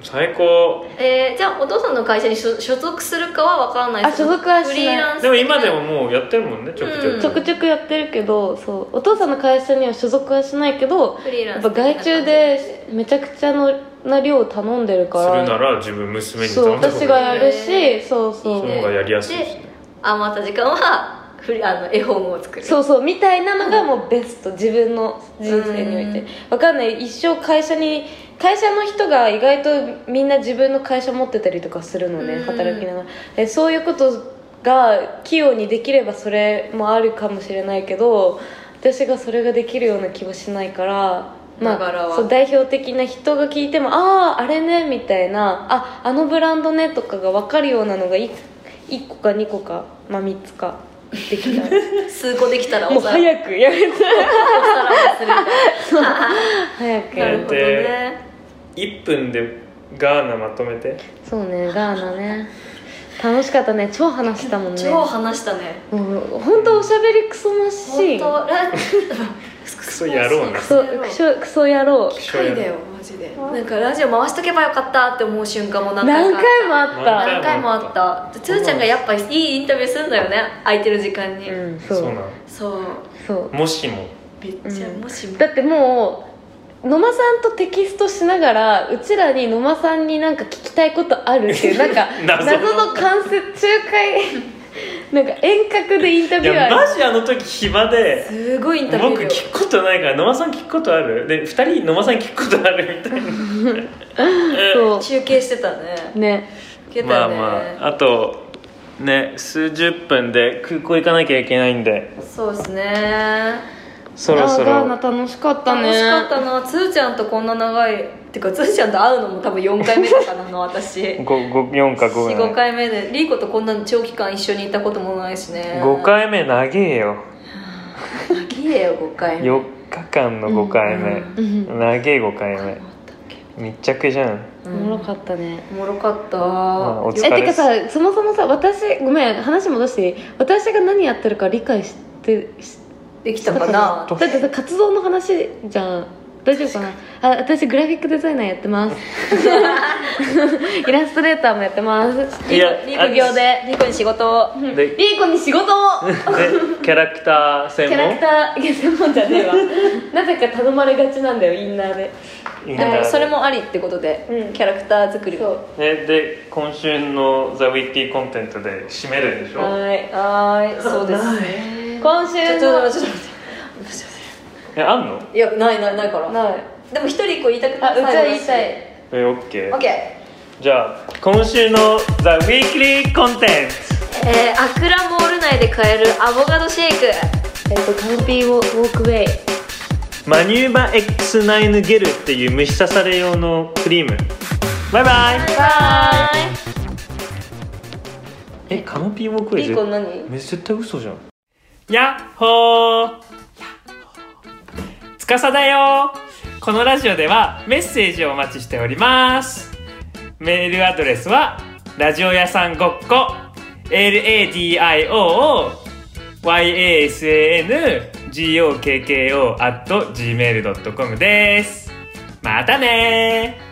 [SPEAKER 3] 最高
[SPEAKER 1] えーじゃあお父さんの会社に所所属するかは分からない
[SPEAKER 2] あ所属はしない
[SPEAKER 1] フリーランス
[SPEAKER 3] でも今でももうやってるもんねちょくちょく、
[SPEAKER 1] うん
[SPEAKER 2] ちょくちょくやってるけどそうお父さんの会社には所属はしないけど
[SPEAKER 1] フリーラ
[SPEAKER 2] や
[SPEAKER 1] ン
[SPEAKER 2] っ
[SPEAKER 1] ス
[SPEAKER 2] ぱ外注でめちゃくちゃのな量を頼んでる
[SPEAKER 3] す
[SPEAKER 2] か
[SPEAKER 3] る
[SPEAKER 2] ら
[SPEAKER 3] なら自分娘に
[SPEAKER 2] そう
[SPEAKER 3] 頼んだ
[SPEAKER 2] 私がやるしそうそう
[SPEAKER 3] その
[SPEAKER 1] いいね
[SPEAKER 3] 方がやりやすいし、
[SPEAKER 1] で余った時間はフリあの絵本を作る
[SPEAKER 2] そうそうみたいなのがもうベスト自分の人生において
[SPEAKER 1] うん
[SPEAKER 2] わかんない一生会社に会社の人が意外とみんな自分の会社持ってたりとかするの
[SPEAKER 1] う
[SPEAKER 2] ね
[SPEAKER 1] ん
[SPEAKER 2] 働きながらえそういうことが器用にできればそれもあるかもしれないけど私がそれができるような気はしないから
[SPEAKER 1] だからは
[SPEAKER 2] そう代表的な人が聞いてもあああれねみたいなああのブランドねとかが分かるようなのが 1, 個か2個か、まあ、3つかでき たら
[SPEAKER 1] 数個できたらお
[SPEAKER 2] もう
[SPEAKER 1] さらお
[SPEAKER 2] 早くやめて
[SPEAKER 1] さらばするみたいな
[SPEAKER 2] 早くや
[SPEAKER 1] な
[SPEAKER 2] る
[SPEAKER 1] るほどね
[SPEAKER 3] 1分でガーナまとめて
[SPEAKER 2] そうねガーナね楽しかったね超話したもんね
[SPEAKER 1] 超話したね
[SPEAKER 2] もう本当おしゃべりクソマ
[SPEAKER 1] 本
[SPEAKER 2] シンク
[SPEAKER 1] 当ラク
[SPEAKER 3] ソ野郎な
[SPEAKER 2] ソク
[SPEAKER 1] 機
[SPEAKER 2] ソクソ野郎
[SPEAKER 1] 械だよマジでなんかラジオ回しとけばよかったって思う瞬間も何回
[SPEAKER 2] 何
[SPEAKER 1] か
[SPEAKER 2] 回もあっ
[SPEAKER 1] 何回もあったつーちゃんがやっぱいいインタビューするんだよね空いてる時間に、
[SPEAKER 2] たうんそ
[SPEAKER 3] そうな
[SPEAKER 2] う
[SPEAKER 3] の
[SPEAKER 1] そう
[SPEAKER 2] そう
[SPEAKER 3] もしも
[SPEAKER 1] めっちゃ、
[SPEAKER 2] うん
[SPEAKER 1] もしも
[SPEAKER 2] だってもう野間さんとテキストしながらうちらに野間さんになんか聞きたいことある っていうなんか
[SPEAKER 3] 謎
[SPEAKER 2] 謎の間接仲介 なんか遠隔でインタ
[SPEAKER 3] い
[SPEAKER 2] ビュー
[SPEAKER 3] や
[SPEAKER 2] ある
[SPEAKER 3] マジあの時暇です
[SPEAKER 1] ごいインタビュー
[SPEAKER 3] 僕
[SPEAKER 1] 量
[SPEAKER 3] 聞くことないから野間さん聞くことあるで2人野間さん聞くことあるみたいな
[SPEAKER 2] そ
[SPEAKER 1] 中継してたね
[SPEAKER 2] うね
[SPEAKER 1] 聞けたね、
[SPEAKER 3] まあまああとね数十分で空港行かなきゃいけないんで
[SPEAKER 1] そうですね
[SPEAKER 3] そろそ
[SPEAKER 2] あーガー
[SPEAKER 3] ろ
[SPEAKER 2] ナ楽しかったね
[SPEAKER 1] 楽しかったなつーちゃんとこんな長いてかつーちゃんと会うのも多分4回目だからな私
[SPEAKER 3] 4か5
[SPEAKER 1] 45
[SPEAKER 3] か
[SPEAKER 1] 回目でリーコとこんな長期間一緒にいたこともないしね
[SPEAKER 3] 5回目長えよ
[SPEAKER 1] きれよ5回目
[SPEAKER 3] 4日間の5回目、
[SPEAKER 2] うん
[SPEAKER 3] 長え5回
[SPEAKER 1] あった
[SPEAKER 3] 目
[SPEAKER 1] っけ
[SPEAKER 3] 密着じゃん
[SPEAKER 1] う
[SPEAKER 2] お
[SPEAKER 1] ん
[SPEAKER 2] もろかったね
[SPEAKER 1] おもろかった、
[SPEAKER 3] あお疲
[SPEAKER 2] え
[SPEAKER 3] れ
[SPEAKER 2] てかさそもそもさ私ごめん話戻していい私が何やってるか理解してし
[SPEAKER 1] できたかな
[SPEAKER 2] だってさ活動の話じゃん大丈夫かなあ私グラフィックデザイナーやって ますイラストレーターもやってます
[SPEAKER 3] いや
[SPEAKER 1] リーコ業でリーコに仕事を
[SPEAKER 3] で
[SPEAKER 2] リーコに仕事を
[SPEAKER 3] でキャラクター
[SPEAKER 2] キ
[SPEAKER 3] 専
[SPEAKER 2] ャラク
[SPEAKER 3] 門
[SPEAKER 2] ターいや専門じゃねえわなぜか頼まれがちなんだよインナーで
[SPEAKER 3] いいん
[SPEAKER 1] で
[SPEAKER 3] だ
[SPEAKER 1] もそれもありってことで、
[SPEAKER 2] うん
[SPEAKER 1] キャラクター作り
[SPEAKER 2] そう
[SPEAKER 3] ねで今週の「ザ・ウィッキーコンテンツで締めるんでしょ、
[SPEAKER 2] はーい
[SPEAKER 1] はーいそうですね
[SPEAKER 2] 今
[SPEAKER 1] ち
[SPEAKER 2] 週
[SPEAKER 1] ょちょ
[SPEAKER 2] の
[SPEAKER 1] ちょちょちょち
[SPEAKER 3] えあんの
[SPEAKER 1] ょいやないないないから
[SPEAKER 2] ない
[SPEAKER 1] でも一人一個言いたくて
[SPEAKER 2] あうちは言いたい
[SPEAKER 3] えオッケ
[SPEAKER 1] オッ
[SPEAKER 3] ー
[SPEAKER 1] ケ
[SPEAKER 3] じゃあ今週の「ザ・ウィークリーコンテンツ
[SPEAKER 1] ーえー、アクラモール内で買えるアボカドシェイク
[SPEAKER 2] えっとカンピーウォーウォークウェイ
[SPEAKER 3] マニューバ X9 ゲルっていう虫刺され用のクリームバイバイ
[SPEAKER 1] バイ
[SPEAKER 3] えカノピーも食え
[SPEAKER 2] リーコ何
[SPEAKER 3] め絶対嘘じゃんやっほーつかさだよーこのラジオではメッセージをお待ちしておりますメールアドレスはラジオ屋さんごっこ LADIOOYASANGOKKO at gmail.com ですまたねー